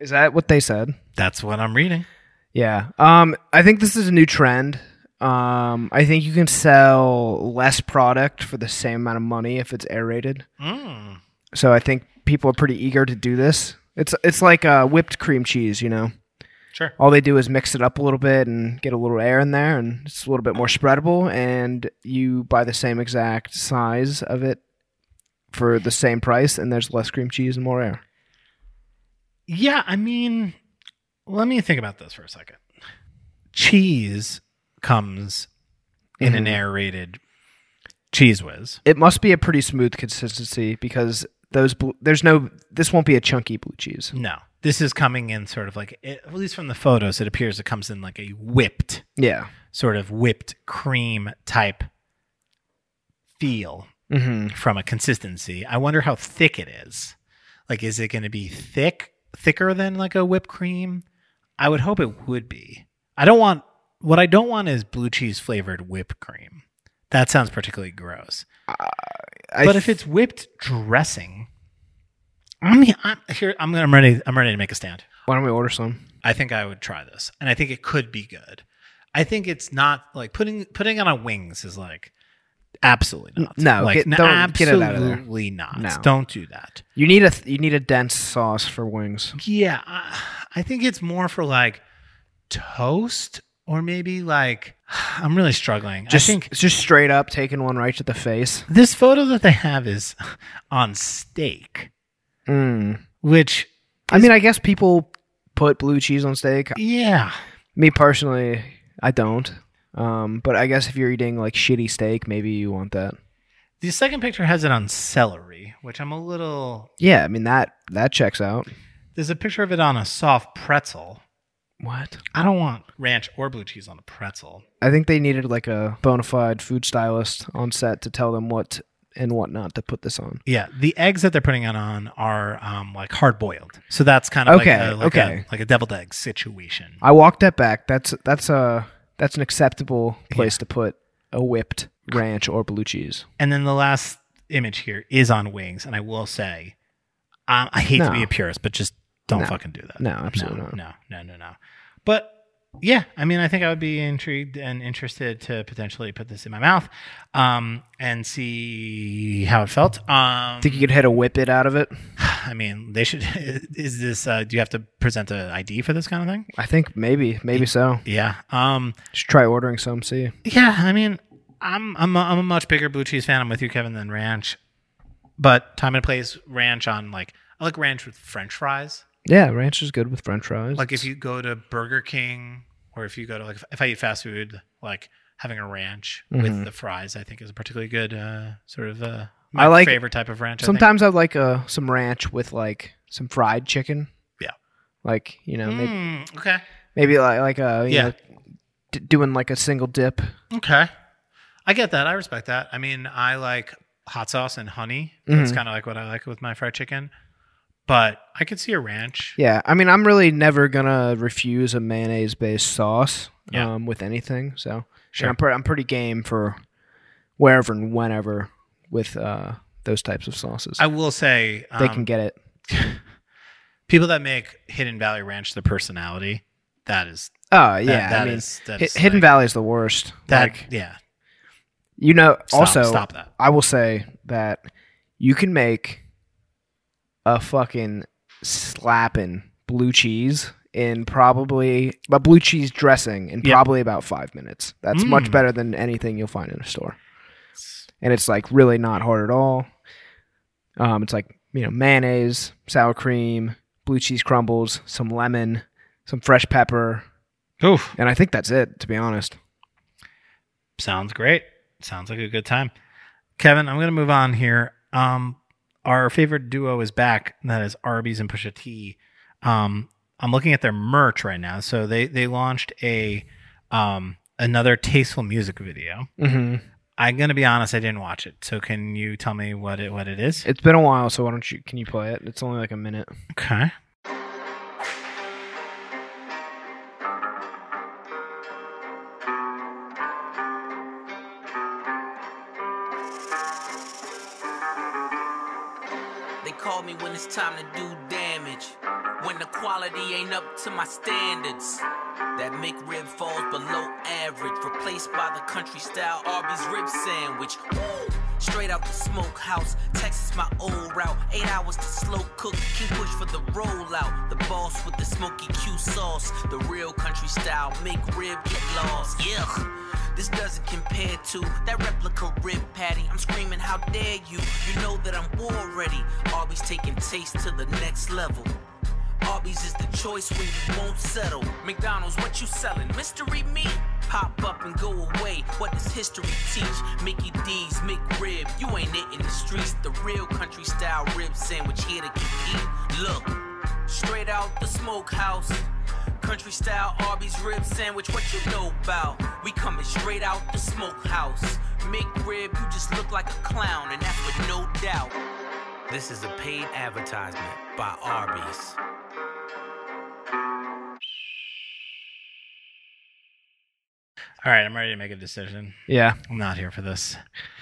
B: is that what they said?
A: That's what I'm reading.
B: Yeah. Um, I think this is a new trend. Um, I think you can sell less product for the same amount of money if it's aerated.
A: Mm.
B: So I think people are pretty eager to do this. It's it's like uh, whipped cream cheese, you know.
A: Sure.
B: all they do is mix it up a little bit and get a little air in there and it's a little bit more spreadable and you buy the same exact size of it for the same price and there's less cream cheese and more air
A: Yeah, I mean, let me think about this for a second. Cheese comes in an
B: Mhm.
A: aerated cheese whiz.
B: it must be a pretty smooth consistency because those bl- there's no this won't be a chunky blue cheese
A: No, this is coming in sort of like, it- at least from the photos, it appears it comes in like a whipped,
B: yeah
A: sort of whipped cream type feel
B: mm-hmm.
A: from a consistency. I wonder how thick it is. Like, is it going to be thick, thicker than like a whipped cream? I would hope it would be. I don't want, what I don't want is blue cheese flavored whipped cream. That sounds particularly gross. but if it's whipped dressing, I'm, I'm here. I'm, I'm ready. I'm ready to make a stand.
B: why don't we order some
A: I think I would try this, and I think it could be good. I think it's not like putting putting it on wings is like absolutely not.
B: N- no,
A: like
B: get-
A: n-
B: don't- get it out of there.
A: absolutely not.
B: No.
A: Don't do that.
B: you need a th- you need a dense sauce for wings
A: Yeah, I, I think it's more for like toast or maybe like I'm really struggling.
B: just
A: I think
B: just straight up taking one right to the face
A: this photo that they have is on steak,
B: mm.
A: which
B: i mean i guess people put blue cheese on steak
A: yeah,
B: Me personally, I don't. Um, but I guess if you're eating like shitty steak, maybe you want that.
A: the second picture has it on celery, which I'm a little.
B: Yeah, I mean that that checks out.
A: There's a picture of it on a soft pretzel.
B: What?
A: I don't want ranch or blue cheese on a pretzel.
B: I think they needed like a bona fide food stylist on set to tell them what and what not to put this on.
A: Yeah, the eggs that they're putting it on are um, like hard boiled, so that's kind of
B: Okay,
A: like a, like,
B: okay.
A: a, like a deviled egg situation.
B: I walked that back. That's that's a that's an acceptable place to put a whipped ranch or blue cheese.
A: And then the last image here is on wings, and I will say, um, I hate to
B: No.
A: be a purist, but just don't
B: No.
A: fucking do that.
B: No, absolutely
A: no,
B: not.
A: no, no, no, no. But yeah, I mean, I think I would be intrigued and interested to potentially put this in my mouth um, and see how it felt. Um,
B: Think you could hit a whip it out of it?
A: I mean, they should. Is this? Uh, do you have to present an ID for this kind of thing?
B: I think maybe, maybe so.
A: Yeah. Um.
B: Just try ordering some, see.
A: Yeah. I mean, I'm I'm a, I'm a much bigger blue cheese fan. I'm with you, Kevin, than ranch. But time and place, ranch on like I like ranch with French fries.
B: Yeah, ranch is good with French fries.
A: Like if you go to Burger King or if you go to like if I eat fast food, like having a ranch with
B: Mhm.
A: the fries, I think is a particularly good uh, sort of uh, my
B: I like-
A: favorite type of ranch. I think.
B: Sometimes I'd like uh, some ranch with like some fried chicken.
A: Yeah.
B: Like you know maybe,
A: Mm, okay.
B: maybe like like uh you
A: Yeah.
B: know, d- doing like a single dip.
A: Okay. I get that. I respect that. I mean, I like hot sauce and honey. That's
B: Mhm.
A: kind of like what I like with my fried chicken. But I could see a ranch.
B: Yeah. I mean I'm really never gonna refuse a mayonnaise based sauce
A: Yeah.
B: um, with anything. So and
A: Sure.
B: I'm pretty I'm pretty game for wherever and whenever with uh those types of sauces.
A: I will say um,
B: they can get it.
A: people that make Hidden Valley Ranch the personality. That is
B: Oh
A: that,
B: yeah, I
A: that
B: mean,
A: is- that
B: Hi-
A: is,
B: Hidden
A: like,
B: Valley is the worst.
A: That
B: like,
A: yeah.
B: you know.
A: Stop,
B: also,
A: stop that.
B: I will say that you can make a fucking slapping blue cheese in probably a blue cheese dressing in
A: Yeah.
B: probably about five minutes. That's much
A: Mm.
B: better than anything you'll find in a store, and it's like really not hard at all. Um, it's like you know mayonnaise, sour cream, blue cheese crumbles, some lemon, some fresh pepper,
A: Oof.
B: and I think that's it. To be honest.
A: Sounds great. Sounds like a good time. Kevin, I'm gonna move on here. Um, our favorite duo is back. And that is Arby's and Pusha T. Um, I'm looking at their merch right now. So they they launched a um another tasteful music video.
B: Mm-hmm.
A: I'm gonna be honest, I didn't watch it. So can you tell me what it what it is?
B: It's been a while, so why don't you? Can you play it? It's only like a minute.
A: Okay.
C: They call me when it's time to do damage. When the quality ain't up to my standards. That make rib falls below average. Replaced by the country style Arby's rib sandwich. Woo! Straight out the smokehouse. Texas my old route. Eight hours to slow cook. Keep push for the rollout. The boss with the smoky Q sauce. The real country style. Make rib get lost. Yeah. This doesn't compare to that replica rib patty. I'm screaming, how dare you? You know that I'm war ready. Always taking taste to the next level. Arby's is the choice when you won't settle. McDonald's, what you selling? Mystery meat? Pop up and go away. What does history teach? Mickey D's, McRib. You ain't it in the streets. The real country style rib sandwich here to compete. Look, straight out the smokehouse. Country style Arby's rib sandwich, what you know about? We coming straight out the smokehouse. McRib, you just look like a clown, and that's with no doubt. This is a paid advertisement by Arby's.
A: All right, I'm ready to make a decision.
B: Yeah.
A: I'm not here for this.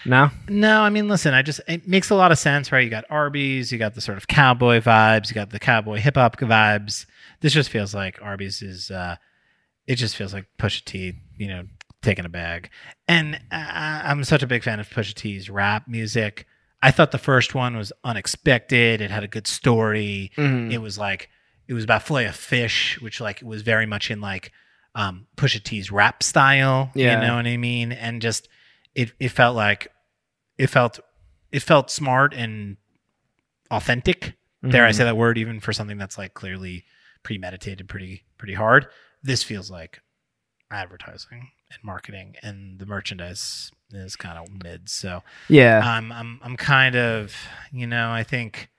B: No.
A: No, I mean, listen, I just, it makes a lot of sense, right? You got Arby's, you got the sort of cowboy vibes, you got the cowboy hip hop vibes. This just feels like Arby's is, uh, it just feels like Pusha T, you know, taking a bag. And I, I'm such a big fan of Pusha T's rap music. I thought the first one was unexpected. It had a good story.
B: Mhm.
A: It was like, it was about filet of fish, which like was very much in like um, Pusha T's rap style.
B: Yeah.
A: You know what I mean? And just, it, it felt like it felt it felt smart and authentic. Dare I
B: Mhm.
A: say that word even for something that's like clearly premeditated pretty pretty hard. This feels like advertising and marketing and the merchandise is kind of mid. So
B: Yeah.
A: um, I'm I'm kind of, you know, I think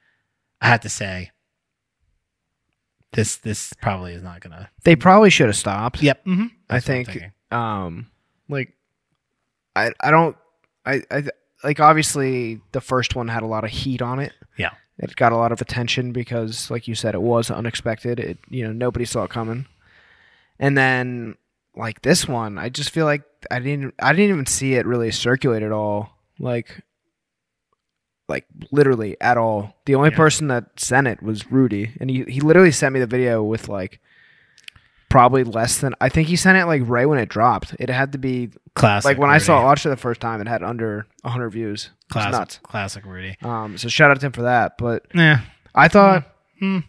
A: I have to say this this probably is not gonna
B: they probably should have stopped.
A: Yep. mhm.
B: I
A: That's what I'm
B: think-
A: thinking.
B: Um, like, I I don't I I like obviously the first one had a lot of heat on it.
A: Yeah.
B: It got a lot of attention because, like you said, it was unexpected. It you know nobody saw it coming, and then like this one, I just feel like I didn't I didn't even see it really circulate at all. Like. Like literally at all. The only
A: Yeah.
B: person that sent it was Rudy, and he, he literally sent me the video with like probably less than I think he sent it like right when it dropped. It had to be
A: classic
B: like when I
A: Rudy.
B: saw Watch it the first time, it had under 100 views. It's
A: classic
B: nuts.
A: classic Rudy.
B: Um, so shout out to him for that. But
A: Yeah.
B: I thought,
A: Hmm.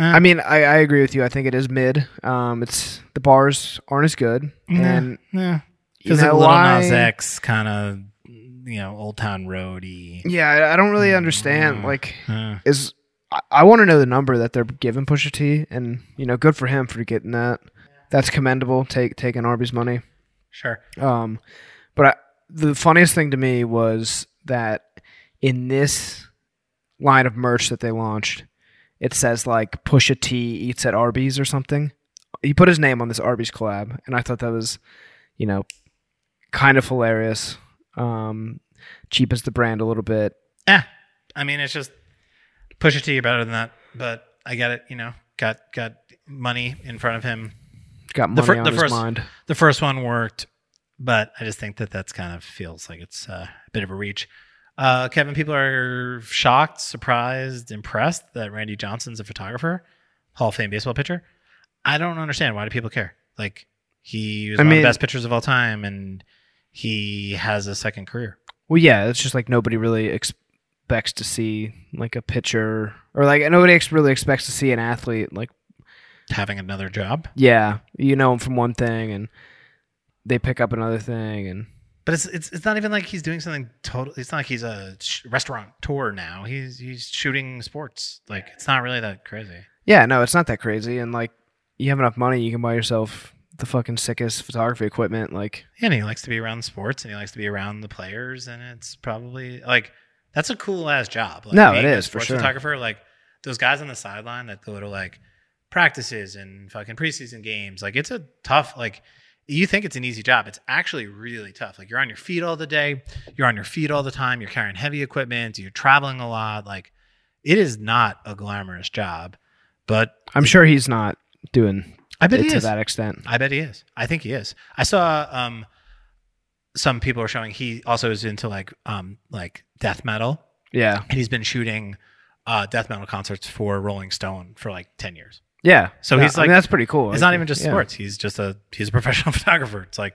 A: Uh.
B: I mean, I, I agree with you. I think it is mid. Um, it's the bars aren't as good,
A: Mm-hmm.
B: and
A: yeah.
B: you
A: Feels like
B: know
A: Little
B: why?
A: Nas X kind of, you know, Old Town Roady.
B: Yeah, I, I don't really understand.
A: Mm.
B: Like,
A: Uh,
B: is I, I want to know the number that they're giving Pusha T, and you know, good for him for getting that. That's commendable. Take taking Arby's money.
A: sure.
B: Um, but I, the funniest thing to me was that in this line of merch that they launched, it says like Pusha T eats at Arby's or something. He put his name on this Arby's collab, and I thought that was, you know, kind of hilarious. Um, cheap as the brand a little bit.
A: Eh. I mean, it's just push it to you better than that. But I got it. You know, got got money in front of him.
B: Got
A: The
B: money
A: fir-
B: on
A: the
B: his
A: first-
B: mind.
A: The first one worked, but I just think that that's kind of feels like it's uh, a bit of a reach. Uh, Kevin, people are shocked, surprised, impressed that Randy Johnson's a photographer. Hall of Fame baseball pitcher. I don't understand why do people care. Like he was
B: I
A: one of
B: mean-
A: the best pitchers of all time, and he has a second career.
B: Well, yeah, it's just like nobody really expects to see like a pitcher or like nobody ex- really expects to see an athlete like
A: Having another job,
B: yeah, you know him from one thing and they pick up another thing and
A: but it's it's, it's not even like he's doing something total. It's not like he's a sh- restaurant tour now. He's he's shooting sports. Like it's not really that crazy.
B: yeah, no, it's not that crazy and like you have enough money, you can buy yourself the fucking sickest photography equipment like
A: And he likes to be around sports, and he likes to be around the players, and it's probably like that's a cool ass job. Like,
B: No, it
A: being a
B: is, for
A: sports
B: sure.
A: Photographer, like those guys on the sideline that go to like practices and fucking preseason games. Like it's a tough. Like you think it's an easy job, it's actually really tough. Like you're on your feet all the day, you're on your feet all the time, you're carrying heavy equipment, you're traveling a lot. Like it is not a glamorous job, but
B: I'm sure he's not doing
A: I bet
B: it
A: he
B: to
A: is.
B: that extent.
A: I bet he is. I think he is. I saw um some people are showing he also is into like um like death metal
B: Yeah.
A: and he's been shooting uh death metal concerts for Rolling Stone for like 10 years.
B: Yeah.
A: So
B: No,
A: he's
B: I mean,
A: like-
B: that's pretty cool.
A: It's not even just
B: yeah.
A: sports. He's just a he's a professional photographer. It's like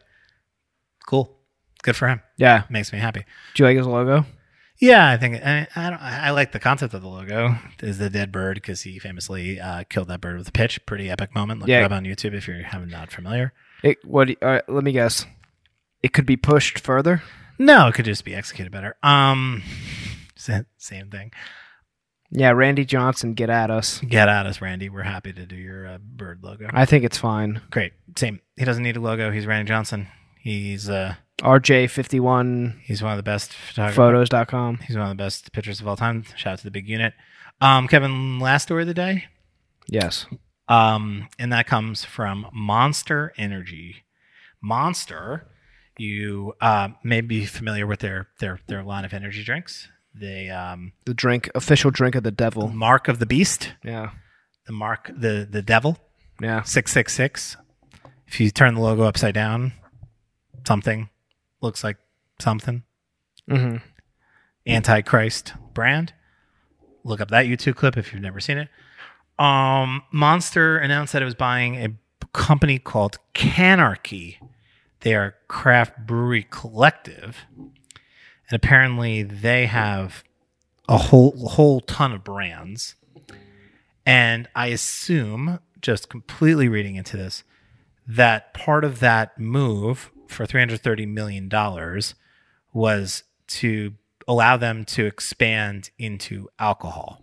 A: cool. Good for him.
B: Yeah.
A: Makes me happy.
B: Do you like his logo?
A: Yeah, I think I I, don't, I like the concept of the logo. Is the dead bird because he famously uh, killed that bird with a pitch. Pretty epic moment. Look
B: Yeah.
A: it up on YouTube if you're haven't not familiar.
B: It what do you- all right, let me guess. It could be pushed further.
A: No, it could just be executed better. Um, sa- same thing.
B: Yeah, Randy Johnson, get at us.
A: Get at us, Randy. We're happy to do your uh, bird logo.
B: I think it's fine.
A: Great. Same. He doesn't need a logo. He's Randy Johnson. He's uh
B: RJ51photos.com.
A: he's one of the best photographers. He's one of the best pitchers of all time. Shout out to the big unit. Um, Kevin, last story of the day.
B: Yes.
A: Um, and that comes from Monster Energy. Monster, you uh, may be familiar with their their their line of energy drinks. They um,
B: The drink, official drink of the devil.
A: Mark of the Beast.
B: Yeah.
A: the mark the the devil
B: Yeah.
A: 666 if you turn the logo upside down something looks like something
B: Mm-hmm.
A: antichrist brand look up that youtube clip if you've never seen it um monster announced that it was buying a company called canarchy they are a craft brewery collective and apparently they have a whole whole ton of brands and i assume just completely reading into this that part of that move for 330 million dollars was to allow them to expand into alcohol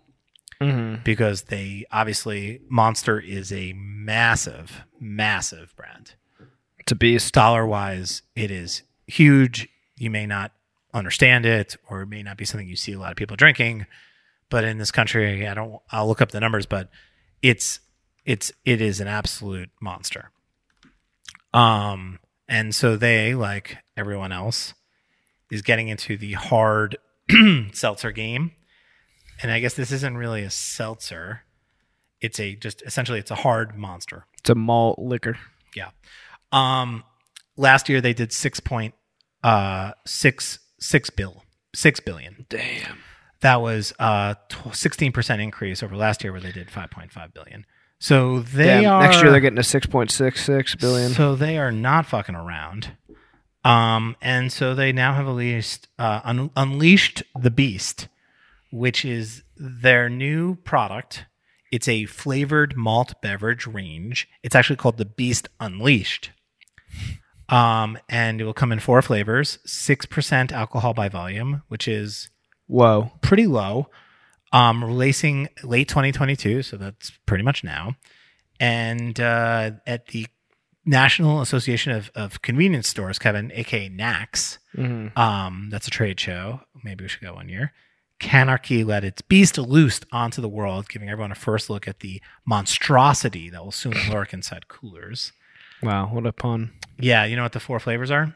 B: Mm-hmm.
A: because they obviously Monster is a massive, massive brand.
B: It's a beast.
A: Dollar wise, it is huge. You may not understand it, or it may not be something you see a lot of people drinking. But in this country, I don't. I'll look up the numbers, but it's it's it is an absolute monster. Um, and so they, like everyone else, is getting into the hard seltzer game. And I guess this isn't really a seltzer. It's a just essentially it's a hard monster.
B: It's a malt liquor.
A: Um, last year they did six point uh six six bill six billion.
B: Damn.
A: That was a sixteen percent increase over last year where they did five point five billion. So they are
B: Next year they're getting a 6.66 billion.
A: So they are not fucking around. Um, and so they now have unleashed uh, un- unleashed the beast, which is their new product. It's a flavored malt beverage range. It's actually called the Beast Unleashed. Um, and it will come in four flavors: six percent alcohol by volume, which is
B: Whoa.
A: pretty low. Um, releasing late 2022, so that's pretty much now. And uh, at the National Association of, of Convenience Stores, Kevin, aka NACS,
B: Mm-hmm.
A: um, that's a trade show. Maybe we should go one year. Canarchy let its beast loose onto the world, giving everyone a first look at the monstrosity that will soon lurk inside coolers.
B: Wow. What a pun.
A: Yeah, you know what the four flavors are?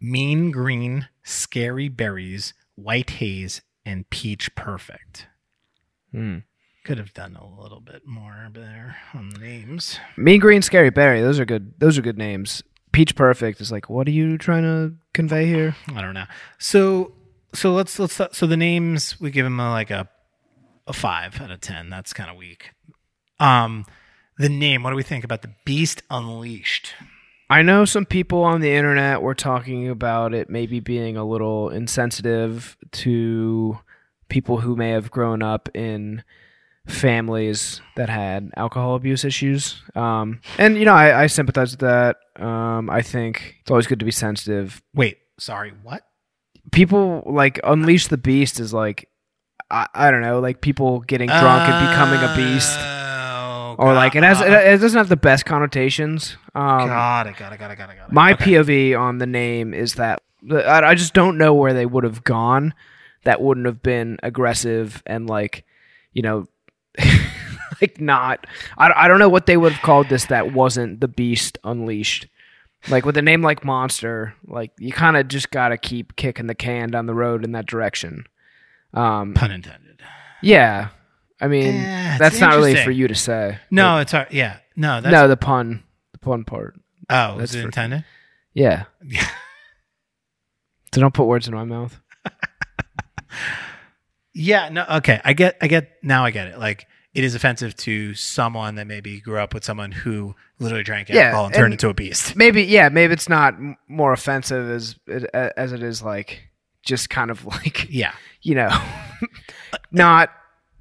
A: Mean green, scary berries, white haze, and peach perfect.
B: Mm.
A: Could have done a little bit more there on the names.
B: Mean Green, Scary Berry. Those are good. Those are good names. Peach Perfect is like, what are you trying to convey here?
A: I don't know. So so let's let's so the names we give them a, like a a five out of ten. That's kind of weak. Um, the name. What do we think about the Beast Unleashed?
B: I know some people on the internet were talking about it maybe being a little insensitive to people who may have grown up in families that had alcohol abuse issues. Um, and, you know, I, I sympathize with that. Um, I think it's always good to be sensitive.
A: Wait, sorry, what?
B: People like Unleash the Beast is like, I, I don't know, like people getting drunk and becoming a beast.
A: Oh,
B: Or like it has it,
A: God.
B: it doesn't have the best connotations. Um,
A: got it, got it, got it, got it, got it.
B: My
A: Okay.
B: POV on the name is that I I just don't know where they would have gone that wouldn't have been aggressive and like, you know, like not. I, I don't know what they would have called this that wasn't the Beast Unleashed. Like with a name like Monster, like you kind of just gotta keep kicking the can down the road in that direction. Um,
A: pun intended.
B: yeah, I mean
A: Yeah, it's
B: that's not really for
A: interesting.
B: you to say.
A: No, it's our, yeah, no,
B: but-
A: that's
B: no, the pun, the pun part.
A: oh,
B: that's
A: is it
B: for-
A: intended?
B: Yeah. So don't put words in my mouth.
A: Yeah, no, okay. I get I get now I get it. Like it is offensive to someone that maybe grew up with someone who literally drank
B: Yeah,
A: alcohol and turned
B: and-
A: into a beast.
B: Maybe yeah, maybe it's not m- more offensive as as it is like just kind of like
A: Yeah.
B: you know not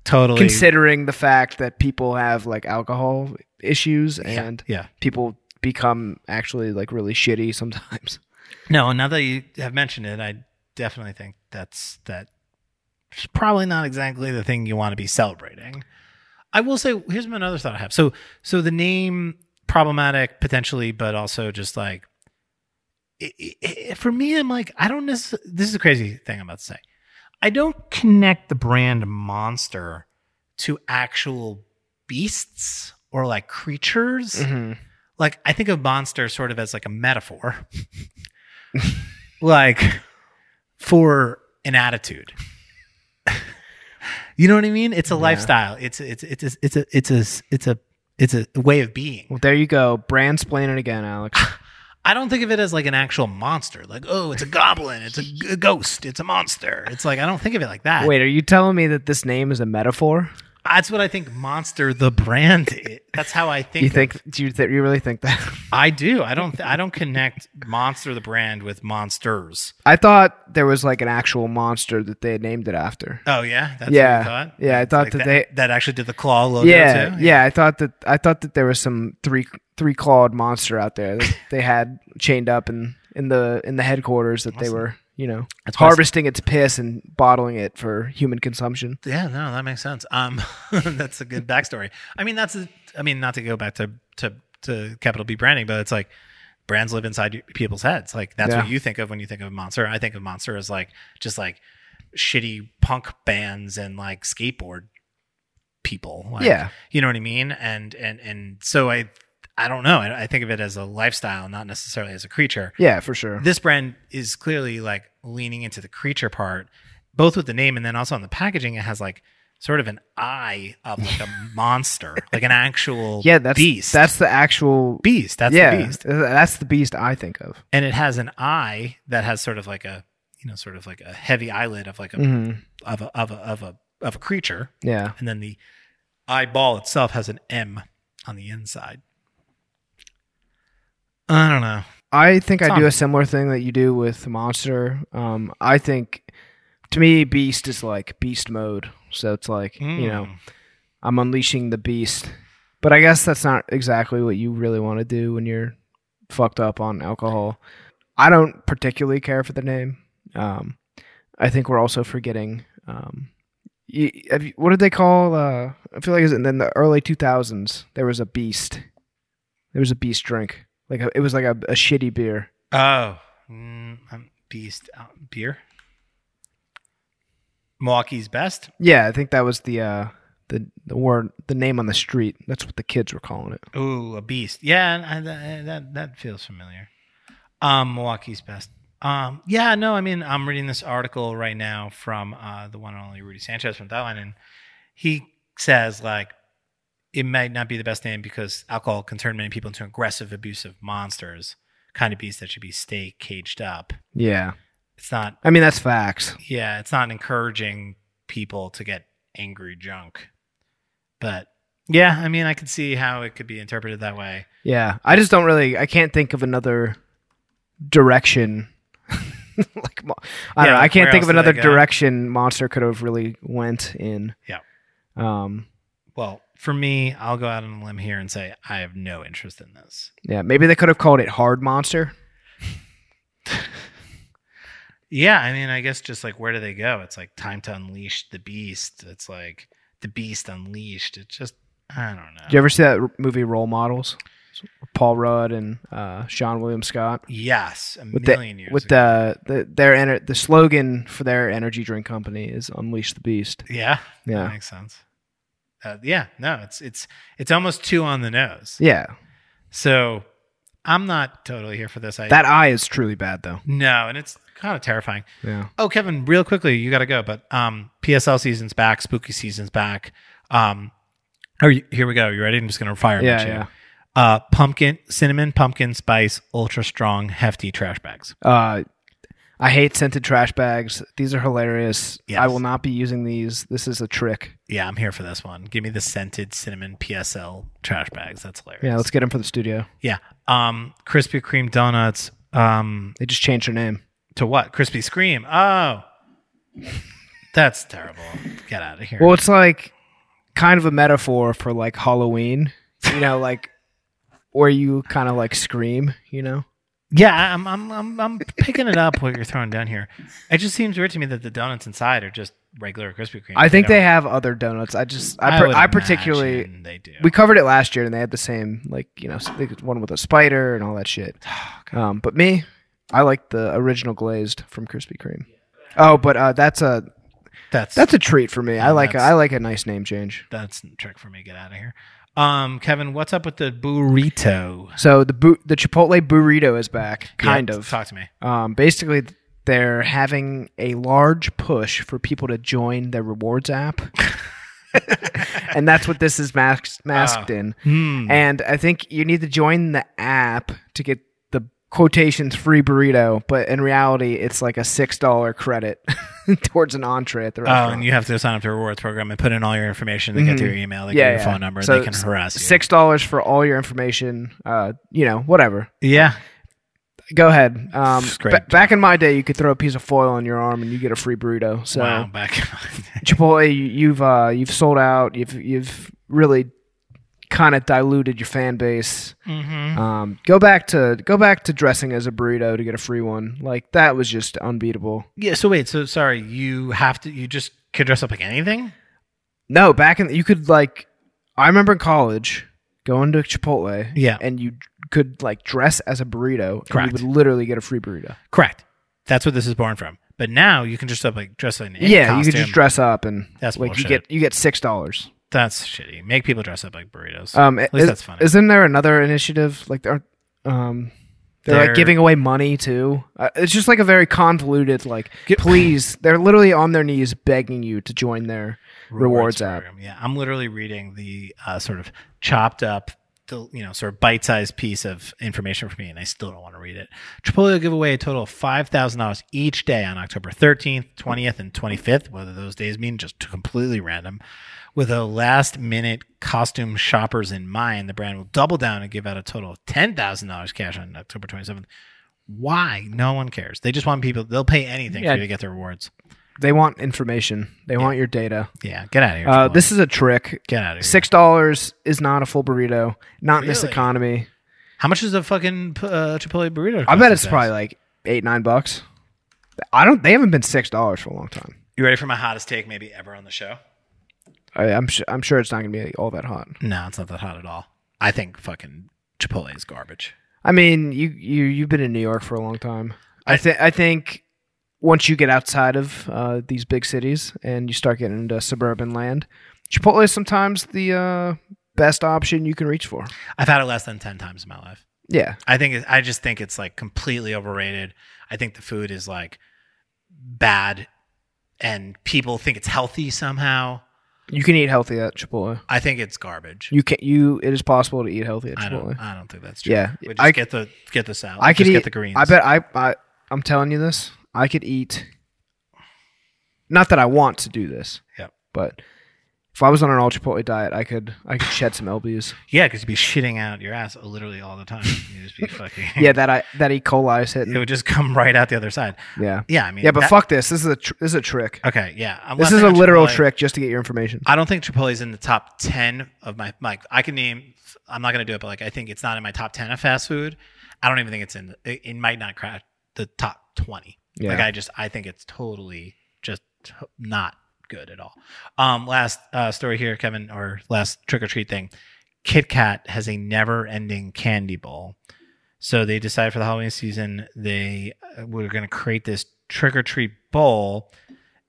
A: Totally
B: considering the fact that people have like alcohol issues
A: yeah,
B: and
A: yeah.
B: people become actually like really shitty sometimes.
A: No, now that you have mentioned it, I definitely think that's that it's probably not exactly the thing you want to be celebrating. I will say here's another thought I have. So so the name problematic potentially, but also just like i i i for me, I'm like I don't necessarily. This is a crazy thing I'm about to say. I don't connect the brand monster to actual beasts or like creatures like I think of monster sort of as like a metaphor, like for an attitude. you know what I mean? It's a
B: Yeah.
A: lifestyle. It's it's it's a, it's a it's a it's a it's a way of being.
B: Well, there you go. Brand splaining again, Alex.
A: I don't think of it as like an actual monster. Like oh, it's a goblin. It's a g- ghost. It's a monster. It's like I don't think of it like that.
B: Wait, are you telling me that this name is a metaphor?
A: that's what I think. Monster the brand. i- that's how I think.
B: You
A: of-
B: think do you th- you really think that?
A: I do? I don't. I don't connect monster the brand with monsters.
B: I thought there was like an actual monster that they had named it after.
A: Oh yeah, that's What
B: Yeah.
A: you thought?
B: Yeah, I
A: It's
B: thought that they-
A: that actually did the claw logo
B: yeah,
A: Oh, too.
B: yeah. I thought that I thought that there was some three three clawed monster out there that they had chained up in in the in the headquarters that they
A: Awesome.
B: were you know
A: That's why I s-
B: harvesting its piss and bottling it for human consumption.
A: yeah. No, that makes sense. Um, that's a good backstory. I mean, that's a, I mean, not to go back to to to capital B branding, but it's like brands live inside your- people's heads. Like that's what
B: Yeah.
A: you think of when you think of monster. I think of monster as like just like shitty punk bands and like skateboard people. Like,
B: yeah,
A: you know what I mean? And and and so I I don't know. I, I think of it as a lifestyle, not necessarily as a creature.
B: yeah, for sure.
A: this brand is clearly like leaning into the creature part, both with the name and then also on the packaging. It has like sort of an eye of like a monster, like an actual
B: yeah, that's
A: beast.
B: that's the actual
A: beast. That's
B: yeah,
A: the beast,
B: th- that's the beast I think of.
A: and it has an eye that has sort of like a you know sort of like a heavy eyelid of like a
B: hmm
A: of a of a of a of a creature,
B: Yeah,
A: and then the eyeball itself has an M on the inside. I don't know.
B: I think I
A: Tom.
B: do a similar thing that you do with monster. Um, I think to me, beast is like beast mode. So it's like you know.
A: Mm.
B: I'm unleashing the beast. But I guess that's not exactly what you really want to do when you're fucked up on alcohol. I don't particularly care for the name. Um, I think we're also forgetting. Um, y have you, what did they call? Uh, I feel like it was in the early 2000s. There was a beast. There was a beast drink. Like a, it was like a, a shitty beer.
A: Oh, mm, um, Beast uh, beer. Milwaukee's best.
B: Yeah, I think that was the uh, the the word the name on the street. That's what the kids were calling it.
A: Ooh, a beast. Yeah, and I, that, that that feels familiar. Um, Milwaukee's best. Um, yeah, no, I mean, I'm reading this article right now from uh, the one and only Rudy Sanchez from Thailand, and he says like it might not be the best name because alcohol can turn many people into aggressive, abusive monsters, kind of beasts that should be stay caged up.
B: Yeah,
A: It's not
B: I mean that's facts.
A: yeah, it's not encouraging people to get angry drunk, but Yeah, I mean, I could see how it could be interpreted that way.
B: Yeah, I just don't really. I can't think of another direction. like mo- I
A: Yeah,
B: don't know. I
A: like,
B: can't
A: where
B: think of
A: else do they
B: another
A: go?
B: direction Monster could have really went in.
A: Yeah.
B: Um.
A: Well, for me, I'll go out on a limb here and say I have no interest in this.
B: Yeah. Maybe they could have called it Hard Monster.
A: Yeah, I mean, I guess just like where do they go? It's like time to unleash the beast. It's like the beast unleashed. It's just I don't know.
B: Did you ever see that r- movie Role Models? Paul Rudd and uh, Sean William Scott.
A: yes, a
B: With the-
A: million years
B: With
A: ago.
B: the, the their ener- the slogan for their energy drink company is "Unleash the Beast."
A: yeah, that
B: Yeah,
A: makes sense. Uh, yeah, no, it's it's it's almost two on the nose.
B: yeah.
A: So I'm not totally here for this. I
B: That eye is truly bad, though.
A: no, and it's kind of terrifying.
B: Yeah.
A: Oh, Kevin, real quickly, you got to go. But um, PSL season's back, spooky season's back. Um, are you, here we go. You ready? I'm just gonna fire 'em
B: Yeah,
A: at you.
B: yeah.
A: Uh, pumpkin, cinnamon, pumpkin spice, ultra strong, hefty trash bags.
B: Uh, I hate scented trash bags. These are hilarious.
A: Yes.
B: I will not be using these. This is a trick.
A: Yeah, I'm here for this one. Give me the scented cinnamon PSL trash bags. That's hilarious.
B: Yeah, let's get them for the studio.
A: yeah. Um, Krispy Kreme donuts. Um,
B: They just changed their name.
A: to what? Krispy Scream. Oh, that's terrible. Get out of here.
B: Well, it's like kind of a metaphor for like Halloween, you know, like where you kind of like scream, you know?
A: Yeah, I- I'm I'm I'm I'm picking it up what you're throwing down here. It just seems weird to me that the donuts inside are just regular Krispy Kreme.
B: I think they
A: don't-
B: have other donuts. I just, I, per-
A: would
B: I, particularly,
A: imagine they do.
B: we covered it last year and they had the same, like, you know, s- they had one with a spider and all that shit.
A: Oh,
B: Um, but me, I like the original glazed from Krispy Kreme. Oh, but uh, that's a
A: that's that's
B: That's a treat for me. I like a,
A: that's-
B: I like a nice name change.
A: that's a trick for me. Get out of here. Um, Kevin, what's up with the burrito?
B: So the bu- the Chipotle burrito is back, kind
A: Yeah,
B: of.
A: Talk to me.
B: Um, basically, they're having a large push for people to join their rewards app, and that's what this is mas-
A: Ah.
B: masked in.
A: Hmm.
B: And I think you need to join the app to get the quotations free burrito, but in reality, it's like a six dollar credit towards an entree at the
A: Oh,
B: restaurant.
A: and you have to sign up to a rewards program and put in all your information. They get
B: Mhm.
A: your email, they
B: Yeah,
A: get your
B: yeah.
A: phone number,
B: So
A: they can
B: s-
A: harass you.
B: Six dollars for all your information. Uh, you know, whatever.
A: Yeah,
B: Go ahead. Um,
A: Great.
B: ba- back in my day, you could throw a piece of foil on your arm and you get a free burrito. So
A: wow. Back.
B: Chipotle, you, you've uh, you've sold out. You've you've really kind of diluted your fan base.
A: mm-hmm.
B: Um, go back to go back to dressing as a burrito to get a free one. Like that was just unbeatable.
A: Yeah. So wait. So sorry. You have to. You just could dress up like anything.
B: No, back in you could like I remember in college going to Chipotle.
A: Yeah.
B: and you could like dress as a burrito
A: Correct.
B: and you would literally get a free burrito.
A: Correct. That's what this is born from. But now you can just up like dress like any
B: yeah, you
A: costume.
B: could just dress up and
A: That's
B: like you
A: bullshit.
B: get you get six dollars.
A: That's shitty. Make people dress up like burritos.
B: Um,
A: At least
B: is-
A: that's funny.
B: Isn't there another initiative like there? Um, they're,
A: There-
B: like giving away money too. Uh, it's just like a very convoluted like.
A: Get-
B: please, they're literally on their knees begging you to join their. rewards app.
A: program. Yeah, I'm literally reading the uh, sort of chopped up, the you know, sort of bite-sized piece of information for me, and I still don't want to read it. Chipotle will give away a total of five thousand dollars each day on October 13th, 20th, and 25th. Whether those days mean just completely random. With a last minute costume shoppers in mind, the brand will double down and give out a total of $10,000 cash on October 27th. Why? No one cares. They just want people, they'll pay anything
B: Yeah.
A: for you to get their rewards.
B: They want information. They want your data.
A: Yeah, get out of here.
B: Uh,
A: Chipotle.
B: this is a trick.
A: get out of here.
B: Six dollars is not a full burrito. Not in this
A: Really?
B: economy.
A: How much is a fucking uh, Chipotle burrito?
B: I
A: cost
B: bet
A: these
B: it's
A: days?
B: probably like eight nine bucks. I don't. They haven't been six dollars for a long time.
A: You ready for my hottest take maybe ever on the show?
B: I, I'm su- I'm sure it's not gonna be all that hot.
A: No, it's not that hot at all. I think fucking Chipotle is garbage.
B: I mean, you you you've been in New York for a long time. I think I think once you get outside of uh, these big cities and you start getting into suburban land, Chipotle is sometimes the uh, best option you can reach for.
A: I've had it less than ten times in my life.
B: Yeah,
A: I think it, I just think it's like completely overrated. I think the food is like bad, and people think it's healthy somehow.
B: you can eat healthy at Chipotle.
A: I think it's garbage.
B: You can you. It is possible to eat healthy at
A: I
B: Chipotle.
A: don't. I don't think that's true.
B: Yeah.
A: But just
B: I-
A: get the get the salad.
B: I could
A: just
B: eat
A: get the greens.
B: I bet I, I I'm telling you this. I could eat. Not that I want to do this.
A: Yep.
B: But If I was on an all Chipotle diet, I could I could shed some lbs.
A: Yeah, because you'd be shitting out your ass literally all the time. You'd just be fucking.
B: Yeah, that I that E. coli is
A: It
B: hitting.
A: would just come right out the other side.
B: Yeah,
A: Yeah, I mean.
B: yeah, but
A: that-
B: fuck this. This is a tr- this is a trick.
A: Okay, yeah. I'm
B: This
A: not
B: is a
A: saying
B: literal
A: Chipotle-
B: trick just to get your information.
A: I don't think Chipotle's in the top ten of my like. I can name. I'm not gonna do it, but like I think it's not in my top ten of fast food. I don't even think it's in. the- It, it might not crack the top twenty.
B: Yeah.
A: Like I just I think it's totally just t- not good at all. Um, last uh, story here, Kevin, or last trick or treat thing. Kit Kat has a never-ending candy bowl, so they decided for the Halloween season they uh, were going to create this trick or treat bowl,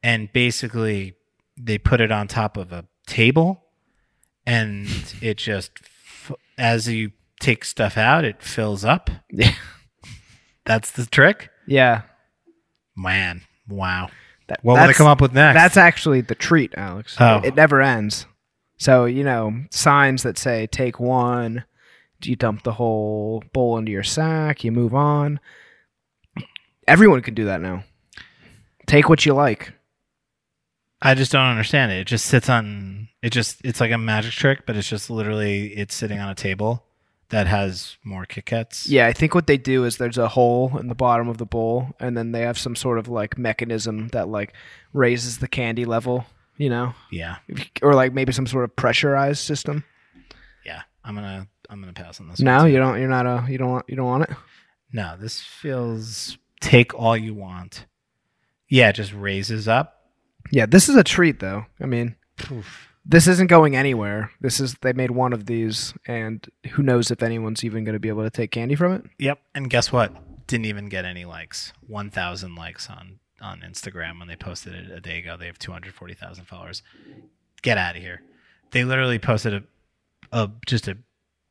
A: and basically they put it on top of a table, and it just f- as you take stuff out, it fills up.
B: Yeah.
A: that's the trick.
B: Yeah,
A: Man, wow.
B: that,
A: What will they
B: that's-
A: come up with next?
B: That's actually the treat, Alex.
A: Oh.
B: It never ends. So, you know, signs that say take one, you dump the whole bowl into your sack, you move on. Everyone can do that now. Take what you like.
A: I just don't understand it. It just sits on. It just it's like a magic trick, but it's just literally it's sitting on a table that has more Kit Kats.
B: Yeah, I think what they do is there's a hole in the bottom of the bowl and then they have some sort of like mechanism that like raises the candy level, you know,
A: yeah,
B: or like maybe some sort of pressurized system.
A: yeah. I'm gonna I'm gonna pass on this. one,
B: No,
A: too.
B: you don't you're not a you don't want you don't want it.
A: No, this feels take all you want. Yeah, it just raises up.
B: Yeah, this is a treat though. I mean,
A: Poof.
B: this isn't going anywhere. This is they made one of these, and who knows if anyone's even going to be able to take candy from it?
A: Yep. And guess what? Didn't even get any likes. One thousand likes on on Instagram when they posted it a day ago. They have two hundred forty thousand followers. Get out of here. They literally posted a, a just a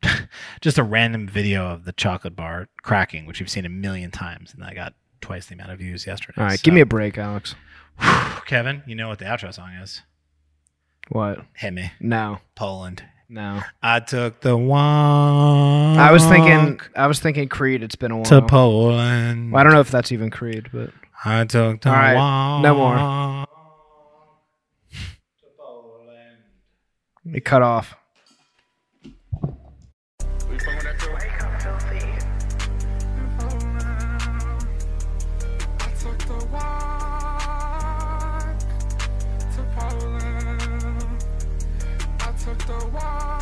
A: just a random video of the chocolate bar cracking, which you've seen a million times, and I got twice the amount of views yesterday.
B: All right, give me a break, Alex.
A: a Kevin. You know what the outro song is?
B: What?
A: Hit me,
B: No,
A: Poland.
B: no.
A: I took the one.
B: I was thinking, I was thinking Creed. It's been a
A: to
B: while.
A: Poland.
B: Well, I don't know if that's even Creed, but
A: I took the
B: All right, no more.
A: walk.
B: it cut off.
D: I took the walk to Poland. I took the walk.